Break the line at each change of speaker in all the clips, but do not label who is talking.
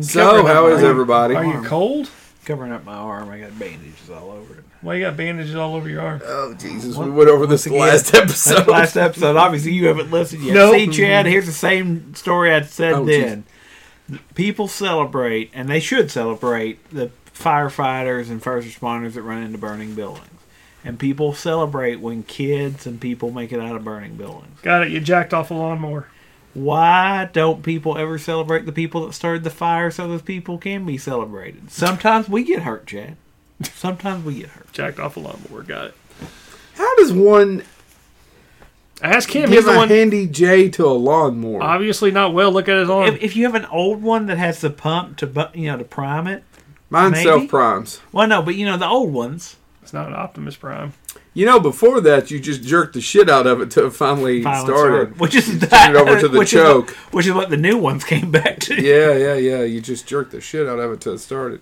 So, how is everybody?
Are you cold?
Covering up my arm, I got bandages all over it.
Well, you got bandages all over your arm.
Oh, Jesus. We went over this last episode.
That last episode, obviously you haven't listened yet.
Nope.
See, Chad, here's the same story I said
Oh,
then. People celebrate, and they should celebrate the firefighters and first responders that run into burning buildings. And people celebrate when kids and people make it out of burning buildings.
Got it. You jacked off a lawnmower.
Why don't people ever celebrate the people that started the fire so those people can be celebrated? Sometimes we get hurt, Chad. Sometimes we get hurt.
Jacked off a lawnmower. Got it.
How does one
Ask him. He's
give
the
a
one
handy J to a lawnmower?
Uh,
obviously not well. Look at his arm.
If, if you have an old one that has the pump to bu- you know to prime it,
Mine
maybe?
self primes.
well, no, but you know the old ones.
It's not an Optimus Prime.
You know, before that, you just jerked the shit out of it till it finally
finally
started.
started, which is
it over to the
which
choke.
is, what- which is what the new ones came back to.
yeah, yeah, yeah. You just jerked the shit out of it till it started.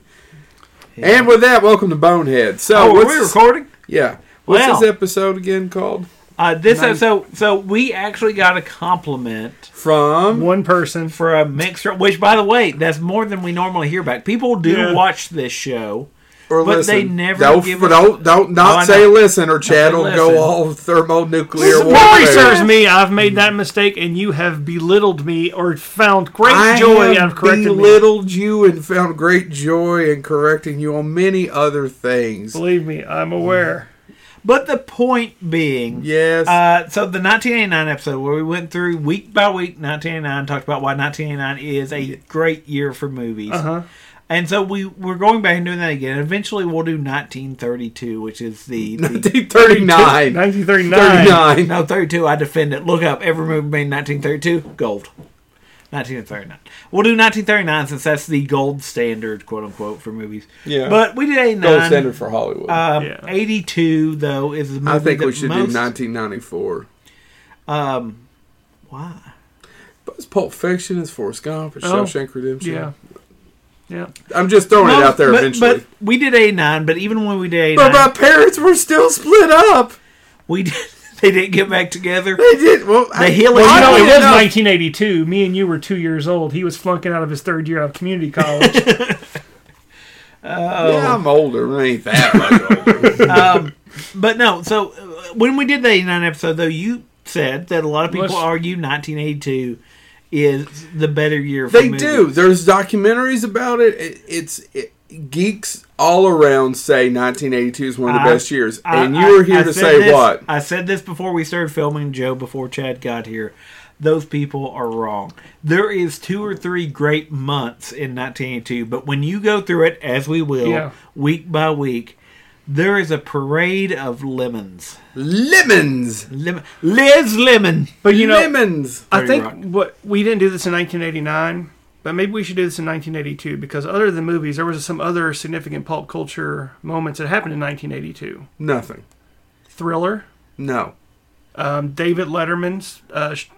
And with that, welcome to Bonehead. So,
Oh, are
what's,
we recording?
yeah, what's
Well.
this episode again called?
Uh, this
Nine-
so so we actually got a compliment
From
One person.
for a mixer, which by the way, that's more than we normally hear back. People do
Yeah.
watch this show.
or
but
listen?
they never
Don't
give
but
us-
don't don't
Oh,
not
I
say
know.
listen or Chad will go
listen.
all thermonuclear
Boy,
warfare.
serves me. I've made that mistake, and you have belittled me or found great
I
joy.
have
I've corrected me.
belittled you and found great joy in correcting you on many other things.
Believe me, I'm aware.
But the point being,
Yes.
Uh, so the 1989 episode where we went through week by week 1989, talked about why 1989 is a great year for movies.
Uh
Uh-huh.
huh.
And so we we're going back and doing that again. Eventually, we'll do 1932, which is the, the
1939.
1939.
39.
no 32. I defend it. Look up every movie made in 1932. Gold. 1939. We'll do 1939 since that's the gold standard, quote unquote, for movies.
Yeah.
But we did 89.
Gold standard for Hollywood.
Um,
Yeah.
82 though is the movie
I think
that
we should
most,
do 1994.
Um, why?
But it's Pulp Fiction, it's Forrest Gump, it's
Oh,
Shawshank Redemption.
Yeah. Yeah.
I'm just throwing it
Well,
out there
but,
eventually.
But we did eighty nine, but even when we did eighty
But,
nine,
my parents were still split up.
we did, they didn't get back together.
They did. Well, I,
The healing-
well,
You know, it
oddly
was
enough-
1982. Me and you were two years old. He was flunking out of his third year out of community college.
Yeah, I'm older. I ain't that much older.
But no, so uh, when we did the eighty nine episode, though, you said that a lot of people
Let's-
argue nineteen eighty two is the better year. For
they
movies.
do. There's documentaries about it. it it's it, geeks all around say 1982 is one of the
I-
best years,
I-
and
I-
you were here
I
to
said
say
this-
what?
I said this before we started filming, Joe, before Chad got here. Those people are wrong. There is two or three great months in 1982, but when you go through it, as we will,
Yeah.
week by week, there is a parade of lemons.
Lemons.
Lemon, Liz Lemon.
But you know,
lemons.
I
Thirty
think
Rock.
what we didn't do this in 1989, but maybe we should do this in 1982 because other than movies, there was some other significant pulp culture moments that happened in 1982.
Nothing.
Thriller,
No.
um, David Letterman's uh, sh-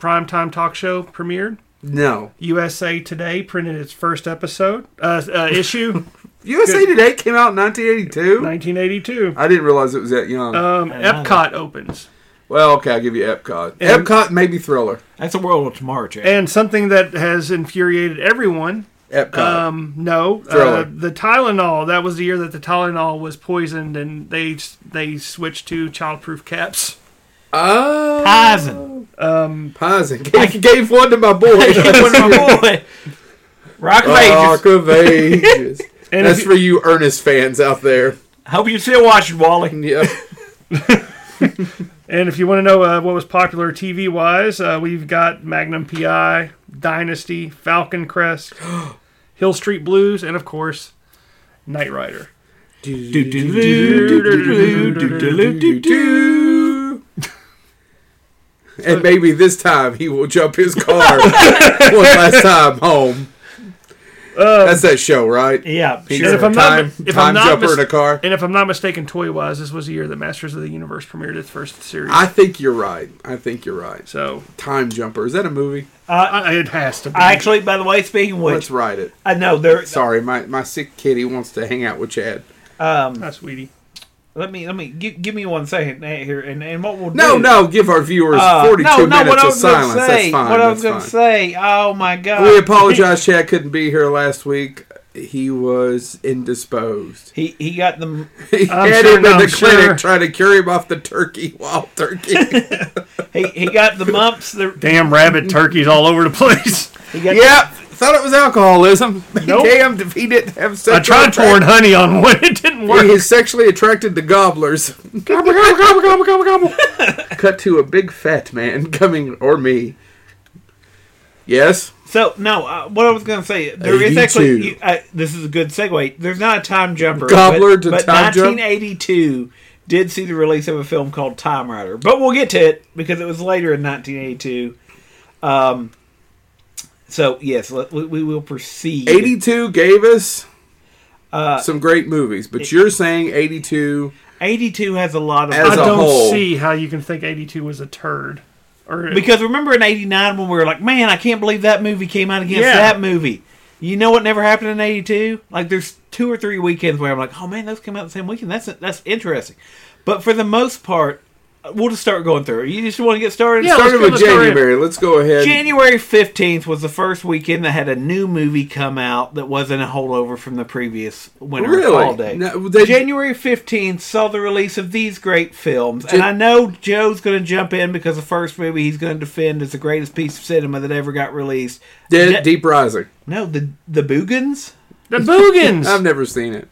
primetime talk show premiered.
No.
USA Today printed its first episode uh, uh, issue,
USA Today came out in 1982.
1982.
I didn't realize it was that young.
Um,
I know
Epcot opens,
well, okay, I'll give you Epcot.
and-
Epcot, maybe Thriller.
That's a world of tomorrow, Chad.
and something that has infuriated everyone
Epcot.
Um, no,
Thriller.
uh, the Tylenol. That was the year that the Tylenol was poisoned, and they they switched to childproof caps.
oh.
Eisen.
Pison. Gave, gave one to my boy.
One of my boy. Rock of Ages.
Uh, Rock of Ages.
And
That's
if
for you Ernest fans out there.
Hope you're still watching, Wally.
Yep.
And if you want to know uh, what was popular TV wise, uh, we've got Magnum PI, Dynasty, Falcon Crest, Hill Street Blues, and of course, Knight Rider.
And maybe this time he will jump his car one last time home. That's that show, right?
Yeah,
He
sure.
if I'm not-
time
if
time
I'm not
jumper
mis-
in a car.
And if I'm not mistaken, toy wise, this was the year that Masters of the Universe premiered its first series.
I think you're right. I think you're right.
so
Time jumper. Is that a movie?
I, it has to be.
I actually, by the way, speaking of
Let's
which,
write it.
I know there.
Sorry, my, my sick kitty wants to hang out with Chad.
Um,
Hi, sweetie.
Let me let me gi- give me one second here, and, and what we'll
No,
do.
no, give our viewers
Uh,
42
no, no, what I
minutes of
was gonna Say,
silence. That's fine.
What I
That's
was gonna
fine.
say. Oh my god.
We apologize, Chad couldn't be here last week. He was indisposed.
He he got the
He
I'm
had
sure-
him in
I'm
the clinic
sure.
trying to cure him off the turkey, wild turkey.
he, he got the mumps. The,
Damn rabbit turkeys all over the place.
he got
yep, thought it was alcoholism.
Nope.
Damned if he didn't have
I
sexual
tried pouring honey on one, it didn't work.
He is sexually attracted to gobblers. gobble, gobble, gobble, gobble, gobble, gobble. Cut to a big fat man coming, or me. Yes?
So no, uh, what I was going to say, there is
82.
actually. You, uh, this is a good segue. There's not a time jumper.
Gobbler
but,
to
but
time jump?
1982 did see the release of a film called Time Rider, but we'll get to it because it was later in 1982. Um, so yes, let, we, we will proceed.
82 gave us
Uh,
some great movies, but you're saying 82.
82 has a lot of
As
I
a
don't
whole.
see how you can think 82 was a turd. Or
because remember in '89 when we were like, man, I can't believe that movie came out against
Yeah.
that movie. You know what never happened in '82? Like there's two or three weekends where I'm like, oh man, those came out the same weekend. That's that's interesting. But for the most part, we'll just start going through. You just want to get started.
Yeah, let's
Started
go
with
to the story.
January. Let's go ahead.
January 15th was the first weekend that had a new movie come out that wasn't a holdover from the previous Winter
Really?
Holiday.
No, they-
January 15th saw the release of these great films. and I know Joe's going to jump in because the first movie he's going to defend is the greatest piece of cinema that ever got released.
Dead,
Ja-
Deep Rising.
No, the the Boogans?
the Boogans
I've never seen it.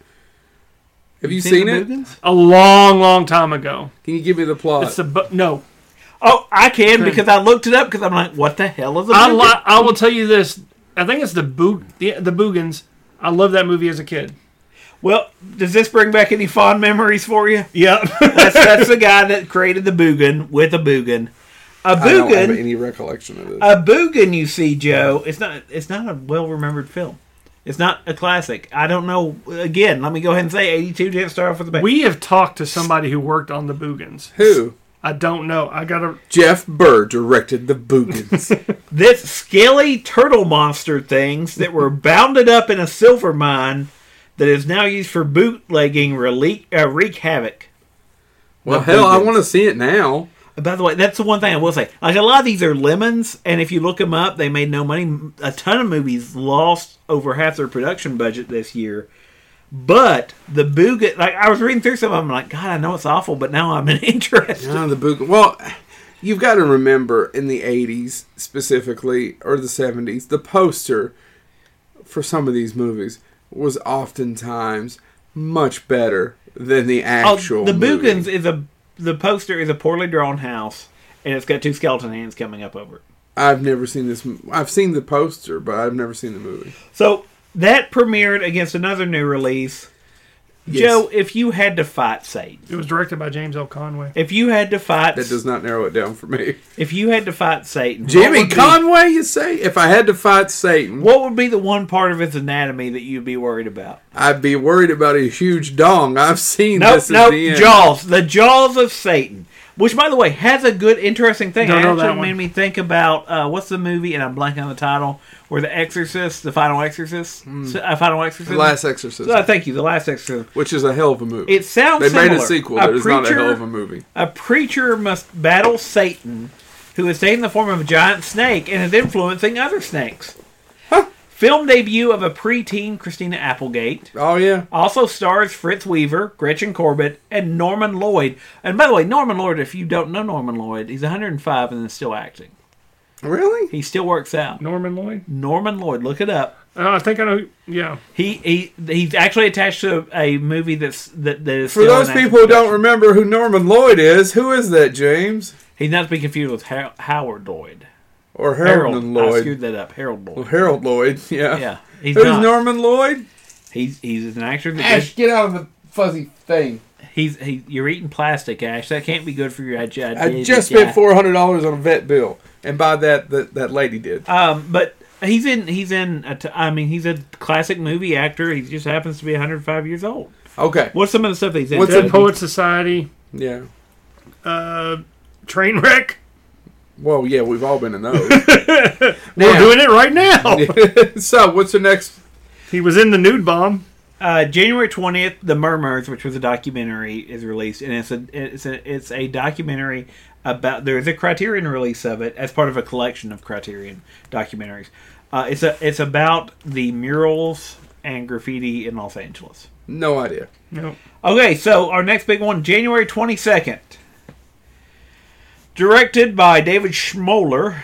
Have you
Seen
seen
the
it?
Boogans?
a long, long time ago.
Can you give me the plot?
It's a bu- no.
Oh, I can because I looked it up because I'm like, what the hell is a
I
Boogan?
li- I will tell you this. I think it's the Boog the, the Boogans. I loved that movie as a kid.
well, does this bring back any fond memories for you?
Yep.
That's, that's the guy that created the Boogan with a Boogan. A
I don't have
Boogan,
any recollection of this.
a Boogan. You see, Joe. It's not. It's not a well remembered film. It's not a classic. I don't know. Again, let me go ahead and say, eighty-two didn't start off with a bang.
we have talked to somebody who worked on the Boogans.
Who?
I don't know. I gotta.
Jeff Burr directed The Boogans.
this scaly turtle monster things that were bounded up in a silver mine that is now used for bootlegging rele- uh, wreak havoc.
well,
The
hell, I
Boogans.
want to see it now.
By the way, that's the one thing I will say. Like a lot of these are lemons, and if you look them up, they made no money. A ton of movies lost over half their production budget this year. But the Boogan, like I was reading through some of them, like God, I know it's awful, but now I'm interested.
Ah, the Boog. Well, you've got to remember in the '80s specifically, or the '70s, the poster for some of these movies was oftentimes much better than the
Oh,
actual.
the
movie.
Boogans is a the poster is a poorly drawn house, and it's got two skeleton hands coming up over it.
I've never seen this. m- I've seen the poster, but I've never seen the movie.
So that premiered against another new release.
Yes.
Joe, if you had to fight Satan,
It was directed by James L. Conway.
if you had to fight,
That does not narrow it down for me.
if you had to fight Satan, what
Jimmy
would be-
Conway, you say? If I had to fight Satan,
What would be the one part of his anatomy that you'd be worried about?
I'd be worried about a huge dong. I've seen
No,
this.
no,
is the end.
jaws. The jaws of Satan. Which, by the way, has a good, interesting thing.
Don't
It
know
actually
that one.
made me think about uh, what's the movie, and I'm blanking on the title, where the Exorcist, the Final Exorcist, uh, Final Exorcist.
Hmm. The Last Exorcist,
Uh, thank you, the Last Exorcist.
which is a hell of a movie.
It sounds
They made a
similar.
sequel.
A
It is not a
preacher-
hell of a movie.
A preacher must battle Satan, who is taking the form of a giant snake and is influencing other snakes. Film debut of a preteen Christina Applegate.
Oh yeah,
Also stars Fritz Weaver, Gretchen Corbett, and Norman Lloyd. And by the way, Norman Lloyd, if you don't know Norman Lloyd, he's 105 and is still acting.
really?
He still works out.
Norman Lloyd.
Norman Lloyd, look it up.
Uh, I think I know. Yeah.
He he he's actually attached to a movie that's that, that is
For
still in
those
active
people who don't
production.
remember who Norman Lloyd is, who is that, James
he's not to be confused with Har- Howard Lloyd.
or Harold,
Harold I screwed
Lloyd?
that up. Harold Lloyd.
Harold Lloyd. Yeah.
Yeah, he's
Who's
not.
Norman Lloyd?
He's he's an actor. That
get out of the fuzzy thing.
he's he, you're eating plastic, Ash. That can't be good for your digestion.
I just spent four hundred dollars on a vet bill, and by that, that that lady did.
Um, but he's in he's in a t- I mean he's a classic movie actor. He just happens to be 105 years old.
Okay.
What's some of the stuff that he's in? Uh,
What's
Dead
it-
Poet Society.
Yeah.
Uh, Trainwreck.
Well, yeah, we've all been in those.
We're
Now-
doing it right now.
so, what's the next?
He was in the nude bomb.
Uh, January twentieth, The Murmurs, which was a documentary, is released, and it's a it's a it's a documentary about there is a Criterion release of it as part of a collection of Criterion documentaries. Uh, it's a it's about the murals and graffiti in Los Angeles.
No idea.
Nope.
Okay, so our next big one, January 22nd. Directed by David Schmoller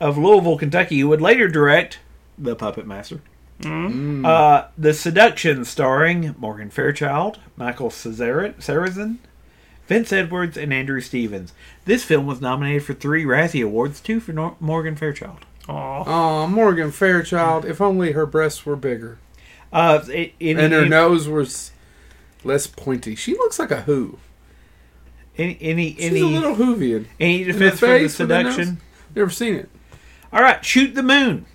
of Louisville, Kentucky, who would later direct The Puppet Master.
Mm.
Uh, the Seduction, starring Morgan Fairchild, Michael Cesar- Sarrazin, Vince Edwards, and Andrew Stevens. This film was nominated for three Razzie Awards, two for Nor- Morgan Fairchild.
Aw.
Oh, Morgan Fairchild. If only her breasts were bigger
Uh, it, it-
and her
it-
nose was less pointy. She looks like a who.
Any any
She's
any,
a little Hoovian.
any
In
defense for the
face with a nose?
seduction?
Never seen it.
All right, shoot the moon.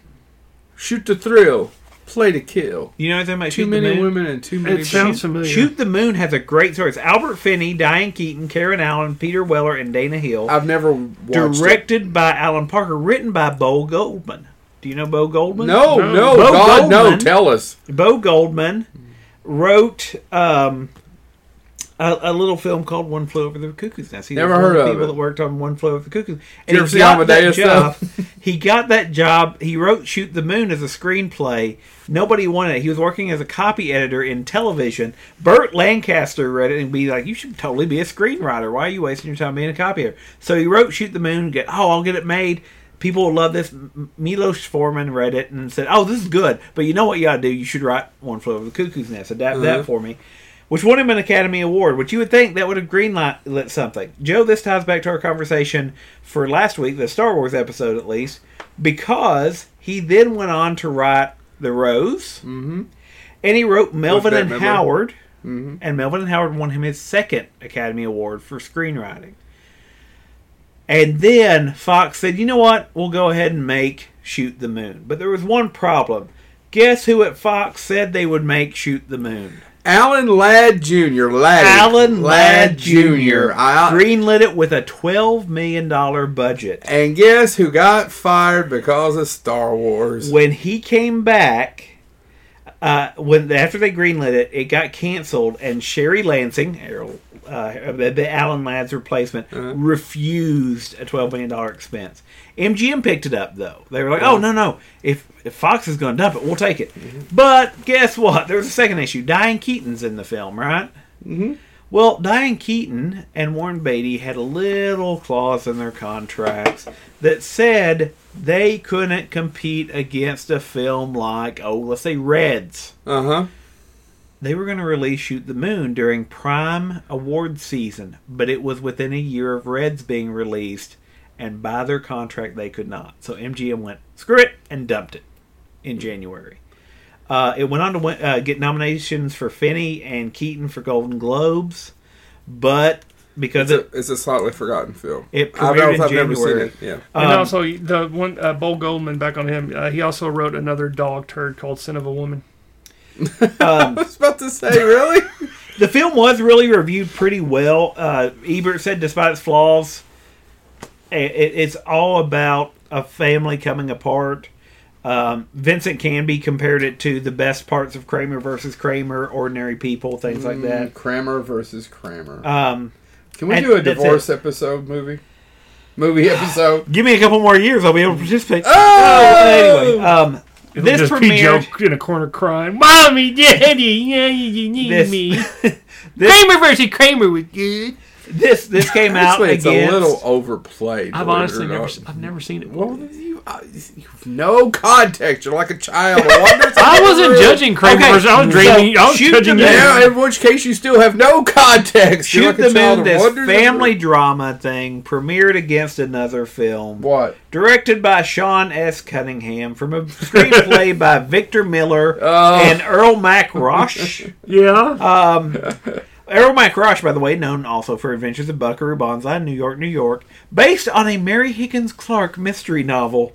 Shoot to thrill, play to kill.
You know anything about
Too
shoot the
many
moon?
women and too many.
It sounds
men.
familiar.
Shoot the Moon has a great story. It's Albert Finney, Diane Keaton, Karen Allen, Peter Weller, and Dana Hill.
I've never watched it.
directed by Alan Parker, written by Bo Goldman. Do you know Bo Goldman?
No,
No.
no,
Bo
God, no.
Goldman.
Tell us.
Bo Goldman wrote um, a, a little film called One Flew Over the Cuckoo's Nest. He was
Never
one
heard
the
of
people
it.
that worked on One Flew Over the Cuckoo's.
you
And
ever
he
see
got that
Amadeus,
job. he got that job. He wrote Shoot the Moon as a screenplay. Nobody wanted it. He was working as a copy editor in television. Burt Lancaster read it and be like, "You should totally be a screenwriter. Why are you wasting your time being a copy editor?" So he wrote Shoot the Moon. Get, oh, I'll get it made. People will love this. M- Milos Forman read it and said, "Oh, this is good." But you know what you got to do? You should write One Flew Over the Cuckoo's Nest. Adapt
Uh-huh.
that for me which won him an Academy Award, which you would think that would have greenlit lit something. Joe, this ties back to our conversation for last week, the Star Wars episode at least, because he then went on to write The Rose, mm-hmm. and he wrote Melvin
that
and
Melvin? Mm-hmm.
Howard, and Melvin and Howard won him his second Academy Award for screenwriting. And then Fox said, you know what? We'll go ahead and make Shoot the Moon. But there was one problem. Guess who at Fox said they would make Shoot the Moon?
Alan Ladd Jr. Ladd.
Alan Ladd Jr.
I,
greenlit it with a twelve million dollar budget.
and guess who got fired because of Star Wars?
When he came back, uh, when after they greenlit it, it got canceled, and Sherry Lansing, Errol, uh, the- the Alan Ladd's replacement, refused a twelve million dollar expense. MGM picked it up though. They were like, "Oh no, no! If, if Fox is going to dump it, we'll take it." But guess what? There was a second issue. Diane Keaton's in the film, right? Well, Diane Keaton and Warren Beatty had a little clause in their contracts that said they couldn't compete against a film like, oh, let's say Reds.
Uh huh.
They were going to release Shoot the Moon during prime award season, but it was within a year of Reds being released, and by their contract, they could not. So MGM went, screw it, and dumped it in January. Uh, it went on to win, uh, get nominations for Finney and Keaton for Golden Globes, but because it,
It's a slightly forgotten film.
It
I've,
premiered in
I've never seen
January.
it. Yeah.
and
um,
also the one uh, Bo Goldman back on him. Uh, he also wrote another dog turd called "Sin of a Woman."
I was about to say, really?
the film was really reviewed pretty well. Uh, Ebert said, despite its flaws, i- i it's all about a family coming apart. Um, Vincent Canby compared it to the best parts of Kramer versus Kramer, Ordinary People, things like that.
Kramer versus Kramer.
Um,
Can we
and
do a
that's
divorce episode movie? Movie episode.
give me a couple more years, I'll be able to participate.
Oh!
anyway, um,
It'll
this
just be Joe
premiered.
in a corner crying, "Mommy, Daddy, yeah, you need
This-
me."
this-
Kramer versus Kramer was good.
This this came out
Actually, it's
against
a little overplayed.
I've
believe it
honestly
or
never,
not.
s- I've never seen it.
Well, you, uh, you have no context. You're like a child. wanders
I wasn't
through.
judging Kramer.
Okay,
versus- I was
so
dreaming. I was
shoot
judging
the
you.
man.
Yeah, in which case you still have no context. You're
Shoot
like a
the
child
Moon,
that
this
wanders
family
around.
drama thing, premiered against another film.
What?
directed by Sean S. Cunningham, from a screenplay by Victor Miller
Oh.
and Earl Mac Roche.
Yeah.
Um, Errol Mac Roche, by the way, known also for Adventures of Buckaroo Banzai, New York, New York, based on a Mary Higgins Clark mystery novel.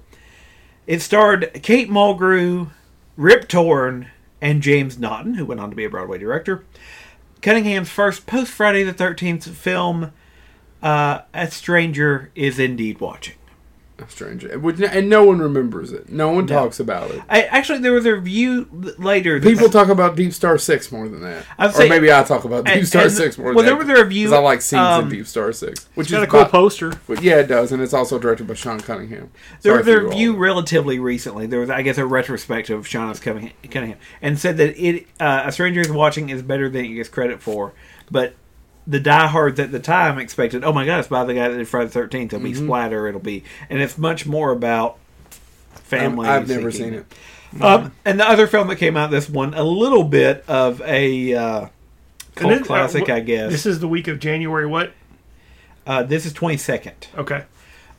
It starred Kate Mulgrew, Rip Torn, and James Naughton, who went on to be a Broadway director. Cunningham's first post Friday the 13th film, uh, A Stranger Is Indeed Watching.
a stranger, Which- and no one remembers it. No one talks about it.
I, actually, there was a review l- later. that-
People talk about Deep Star Six more than that,
I'd
or
say-
maybe I talk about Deep
and-
Star
and-
Six more.
well,
than
there was a review,
'cause I like scenes
um,
in Deep Star Six, which
Got
is
a cool
bi-
poster.
but yeah, it does, and it's also directed by Sean Cunningham.
there
Sorry
was a
for you all.
review relatively recently. There was, I guess, a retrospective of Shauna's Cunningham, Cunningham and said that it uh, a stranger is watching is better than it gets credit for, but. The diehards at the time expected, oh my god, it's by the guy that did Friday the Thirteenth. It'll
Mm-hmm.
be splatter. It'll be, and it's much more about
Um,
family.
I've never
seeking.
seen it.
Uh,
Um, and the other film that came out this one, a little bit of a uh,
And
cult
then, uh,
classic,
wh-
I guess.
This is the week of January. What?
uh, this is twenty second.
Okay.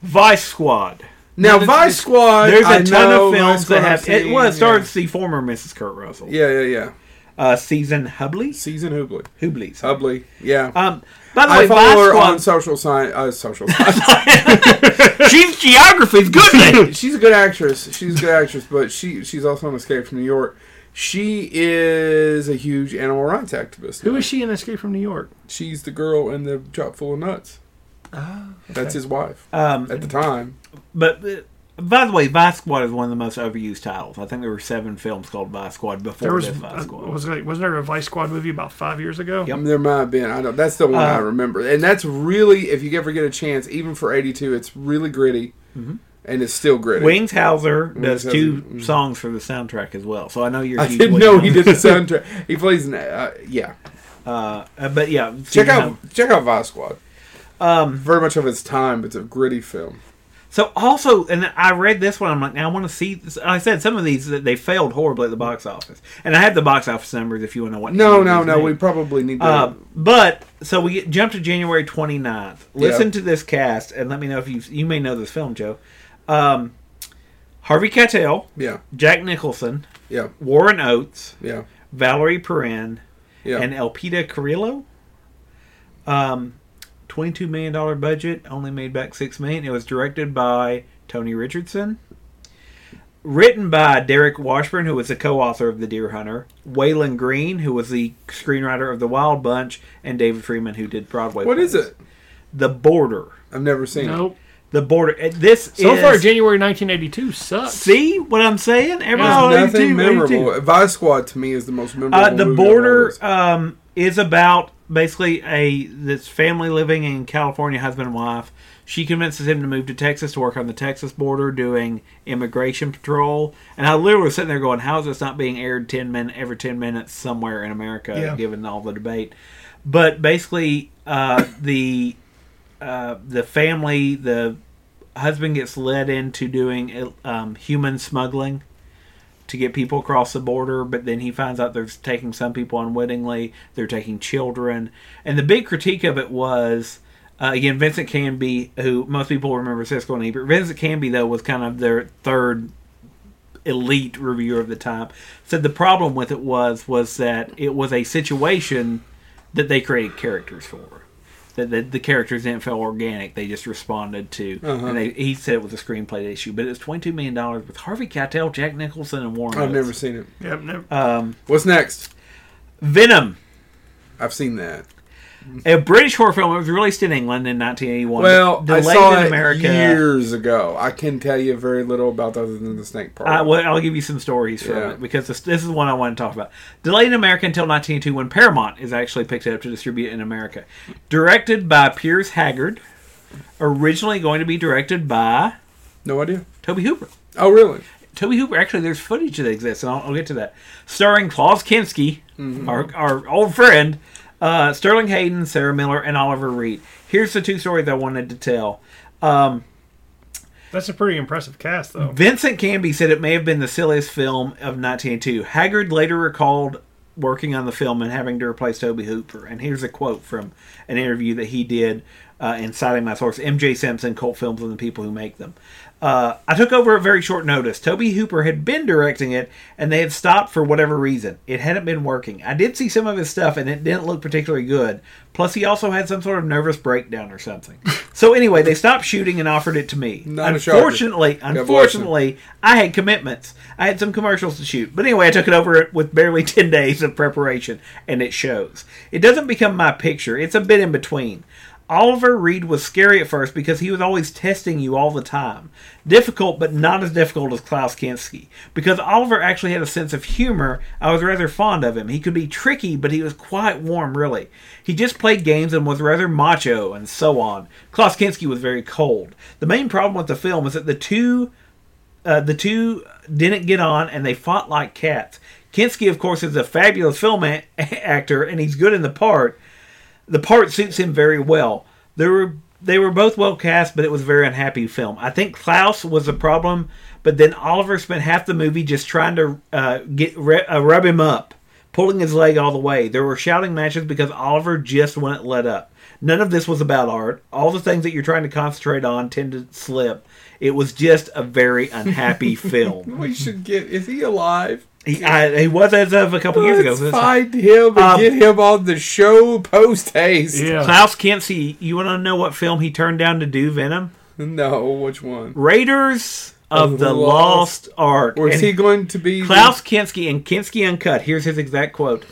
Vice Squad.
Now,
There's-
Vice Squad.
There's a
I
ton
know
of films
Vice Squad
that
I've
have. It,
seen,
well,
yeah.
it starts the former Mrs. Kurt Russell.
Yeah, yeah, yeah.
Uh, season Hubley.
Season Hubley.
Hubley. sorry.
Hubley. Yeah.
Um, by the
I
way,
follow her on
Vice Squad.
social science. Uh, social science.
She's geography's good. man.
she's a good actress. She's a good actress, but she she's also on Escape from New York. She is a huge animal rights activist.
Who is she in Escape from New York?
She's the girl in the Chop Full of Nuts. That's his wife
um,
at the time.
but. Uh, by the way, Vice Squad is one of the most overused titles. I think there were seven films called Vice Squad before
There was,
this Vice
uh,
Squad.
was like, wasn't there a Vice Squad movie about five years ago?
Yep.
There might have been. I don't. That's the one I
Uh,
remember, and that's really if you ever get a chance, even for '82, it's really gritty,
Mm-hmm.
and it's still gritty.
Wings Hauser does
Wings
two
Hauser, mm.
songs for the soundtrack as well. So I know you're.
I
huge
didn't
Wings
know he
Hauser.
did the soundtrack. He plays an uh, yeah.
Uh, uh, but yeah,
Check
Season
out check out Vice Squad.
Hub- Um,
Very much of its time. It's a gritty film.
so also, and I read this one. I'm like, now I want to see. This. I said some of these that they failed horribly at the box office, and I had the box office numbers if you want to know what.
No,
these
no, no.
names.
We probably need to.
Uh, but so we get, jump to January 29th. Listen
Yeah.
to this cast and let me know if you you may know this film, Joe. Um, Harvey Keitel,
yeah,
Jack Nicholson,
yeah,
Warren Oates,
yeah,
Valerie Perrin,
yeah.
and Elpida Carrillo. Um, twenty-two million dollar budget, only made back six million. It was directed by Tony Richardson, written by Derek Washburn, who was the co-author of The Deer Hunter, Waylon Green, who was the screenwriter of The Wild Bunch, and David Freeman, who did Broadway.
what
plays.
is it?
The Border.
I've never seen it.
Nope.
The Border. Uh, This
So
is.
far, January 1982 sucks.
See what I'm saying? Everyone
There's nothing
82, 82.
memorable. Vice Squad to me is the most memorable.
E Uh, the
movie of all
border
this.
um, is about basically a this family living in California, husband and wife. She convinces him to move to Texas to work on the Texas border, doing immigration patrol. And I literally was sitting there going, "How is this not being aired ten min every ten minutes somewhere in America?"
Yeah.
Given all the debate, but basically uh, the uh, the family, the husband gets led into doing um, human smuggling to get people across the border, but then he finds out they're taking some people unwittingly, they're taking children. And the big critique of it was. Uh, again, Vincent Canby, who most people remember Siskel and Ebert. Vincent Canby, though, was kind of their third elite reviewer of the time. Said the problem with it was was that it was a situation that they created characters for. That the, the characters didn't feel organic; they just responded to.
Uh-huh.
And they, he said it was a screenplay issue, but it was twenty two million dollars with Harvey Keitel, Jack Nicholson, and Warren.
I've never
Oates.
seen it.
Yep, never.
Uh,
Um,
What's next?
Venom,
I've seen that.
a British horror film. It was released in England in nineteen eighty one.
Well, I saw it years ago. I can tell you very little about that other than the snake part.
I, well, I'll give you some stories from
Yeah.
it because this, this is one I want to talk about. Delayed in America until 1982 when Paramount is actually picked it up to distribute in America. Directed by Piers Haggard. Originally going to be directed by
no idea.
Toby Hooper.
Oh, really?
Toby Hooper, actually, there's footage that exists, and I'll, I'll get to that. Starring Klaus Kinski,
Mm-hmm.
our, our old friend, uh, Sterling Hayden, Sarah Miller, and Oliver Reed. Here's the two stories I wanted to tell. Um,
That's a pretty impressive cast, though.
Vincent Canby said it may have been the silliest film of 1982. Haggard later recalled working on the film and having to replace Toby Hooper. And here's a quote from an interview that he did uh, in Citing My Source MJ Simpson, Cult Films, and the People Who Make Them. Uh, I took over at very short notice. Toby Hooper had been directing it, and they had stopped for whatever reason. It hadn't been working. I did see some of his stuff, and it didn't look particularly good. Plus, he also had some sort of nervous breakdown or something. so, anyway, they stopped shooting and offered it to me.
Not a shocker.
Unfortunately,
bless him.
unfortunately, I had commitments. I had some commercials to shoot. But anyway, I took it over with barely 10 days of preparation, and it shows. It doesn't become my picture, it's a bit in between. Oliver Reed was scary at first because he was always testing you all the time. Difficult, but not as difficult as Klaus Kinski. Because Oliver actually had a sense of humor, I was rather fond of him. He could be tricky, but he was quite warm, really. He just played games and was rather macho, and so on. Klaus Kinski was very cold. The main problem with the film is that the two uh, the two didn't get on and they fought like cats. Kinski, of course, is a fabulous film a- actor and he's good in the part. The part suits him very well. They were they were both well cast, but it was a very unhappy film. I think Klaus was the problem, but then Oliver spent half the movie just trying to uh, get re- uh, rub him up, pulling his leg all the way. There were shouting matches because Oliver just wouldn't let up. None of this was about art. All the things that you're trying to concentrate on tend to slip. It was just a very unhappy film.
We should get. Is he alive?
He, I, he was as of a couple years ago.
Let's
so that's fine.
find him and
Um,
get him on the show post haste.
Yeah.
Klaus Kinski, you want to know what film he turned down to do Venom?
No, which one?
Raiders of the
Lost
Lost Ark.
Or is
And
he going to be the-
Klaus Kinski and Kinski Uncut. Here's his exact quote.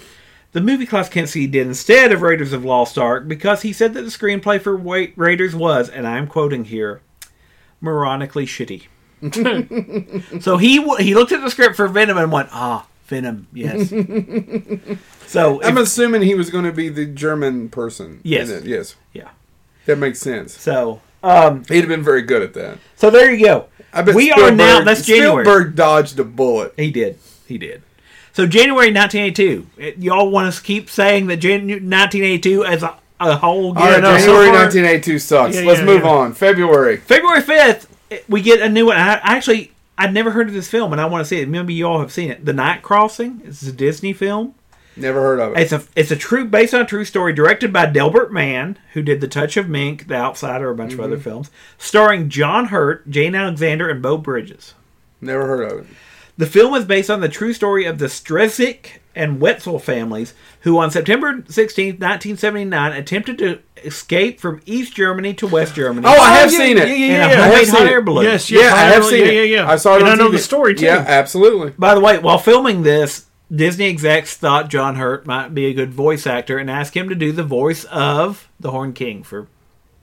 The movie Klaus Kinski did instead of Raiders of Lost Ark because he said that the screenplay for Wa- Raiders was, and I'm quoting here, moronically shitty. so he w- he looked at the script for Venom and went, ah, Venom, yes. so if-
I'm assuming he was going to be the German person. in
Yes.
it. yes,
yeah.
that makes sense.
So um,
He'd have been very good at that.
so there you go.
I bet
we are
Spielberg-
now. That's January.
Spielberg dodged a bullet.
He did. He did. So January 1982. It- y'all want us to keep saying that Jan- 1982 as a, a whole year?
All right,
no, so
January
far-
1982 sucks.
Yeah,
Let's
yeah,
move
yeah.
on. February.
February 5th, it- we get a new one. I, I actually, I'd never heard of this film, and I want to see it. Maybe you all have seen it. The Night Crossing. It's a Disney film.
Never heard of it.
It's a it's a true based on a true story directed by Delbert Mann, who did The Touch of Mink, The Outsider, a bunch of
Mm-hmm.
other films, starring John Hurt, Jane Alexander, and Bo Bridges.
Never heard of it.
The film is based on the true story of the Strezic and Wetzel families, who on September 16th, 1979, attempted to escape from East Germany to West Germany.
Oh, I have
yeah,
seen it.
yeah,
in
yeah,
a
yeah. I have
homemade
seen
hot
it.
air balloon.
Yes,
Yeah, I have
yeah,
seen it.
yeah, yeah.
I saw it
And
on
I know
TV.
the story, too.
Yeah, absolutely.
By the way, while filming this, Disney execs thought John Hurt might be a good voice actor and asked him to do the voice of the Horn King for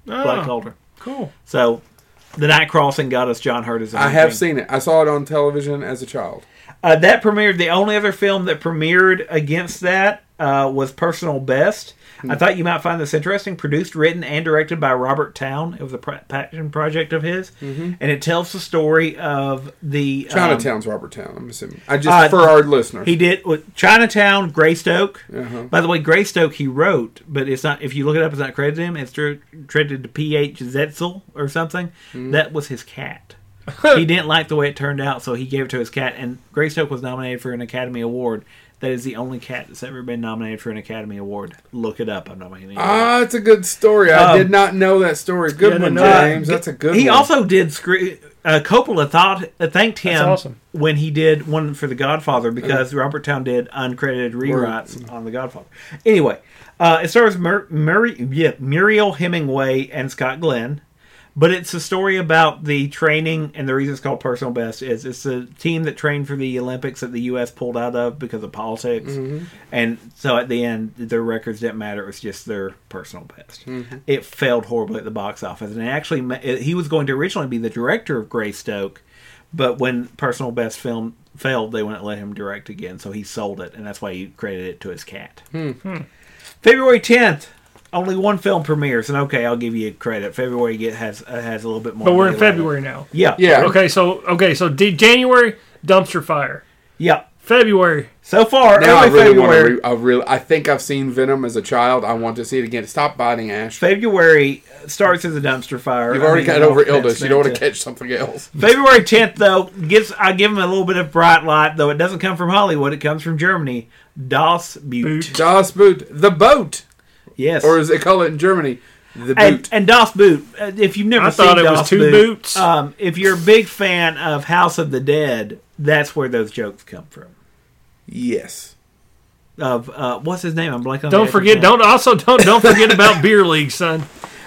Black
Oh,
Calder.
cool.
So, The Night Crossing got us John Hurt as the
I
Horn
have
King.
seen it. I saw it on television as a child.
Uh, that premiered. The only other film that premiered against that uh, was Personal Best. I thought you might find this interesting. Produced, written, and directed by Robert Town. It was a pr- passion project of his, and it tells the story of the um,
Chinatown's Robert Town, I'm assuming. I just
uh,
for our listeners.
he did with Chinatown, Greystoke.
Uh-huh.
By the way, Greystoke he wrote, but it's not. If you look it up, it's not credited to him. It's dir- credited to P. H. Zetzel or something.
Hmm.
That was his cat. he didn't like the way it turned out, so he gave it to his cat. And Greystoke was nominated for an Academy Award. That is the only cat that's ever been nominated for an Academy Award. Look it up. I'm not making it. up.
Ah, it's a good story. I
Um,
did not know that story. Good
yeah,
one,
no, no.
James. That's a good
he
one.
also did. Scre- uh, Coppola thought uh, thanked him
awesome.
when he did one for The Godfather because Robert Town did uncredited rewrites on The Godfather. Anyway, uh, it stars Mur- Murray, yeah, Muriel Hemingway and Scott Glenn. But it's a story about the training, and the reason it's called Personal Best is it's a team that trained for the Olympics that the U.S. pulled out of because of politics, and so at the end their records didn't matter. It was just their personal best. It failed horribly at the box office, and it actually ma- it- he was going to originally be the director of Greystoke, but when Personal Best film failed, they wouldn't let him direct again, so he sold it, and that's why he credited it to his cat.
Hmm.
Hmm.
February 10th. Only one film premieres, and okay, I'll give you credit. February get, has uh, has a little bit more.
But we're in
daylight.
February now.
Yeah,
yeah.
Okay, so okay, so D- January dumpster fire.
yeah.
February.
So far,
Now I
early
really want to.
February,
Re- I really, I think I've seen Venom as a child. I want to see it again. Stop biting Ash.
February starts as a dumpster fire.
You've
I
already
mean,
got
no
over
offense
illness. You don't
meant
want to
to-
catch something else.
February 10th, though, gives I give him a little bit of bright light, though it doesn't come from Hollywood. It comes from Germany. Das Boot.
Das Boot, the boat,
Yes.
or as they call it in Germany, the
and,
boot.
and Das Boot. uh, If you've never
I
seen
thought it was
Das
two
Boot,
boots.
Um, if you're a big fan of House of the Dead, that's where those jokes come from.
yes.
Of uh, what's his name? I'm blanking. on the
Don't
actor's
forget.
name.
Don't also don't don't forget about beer league, son.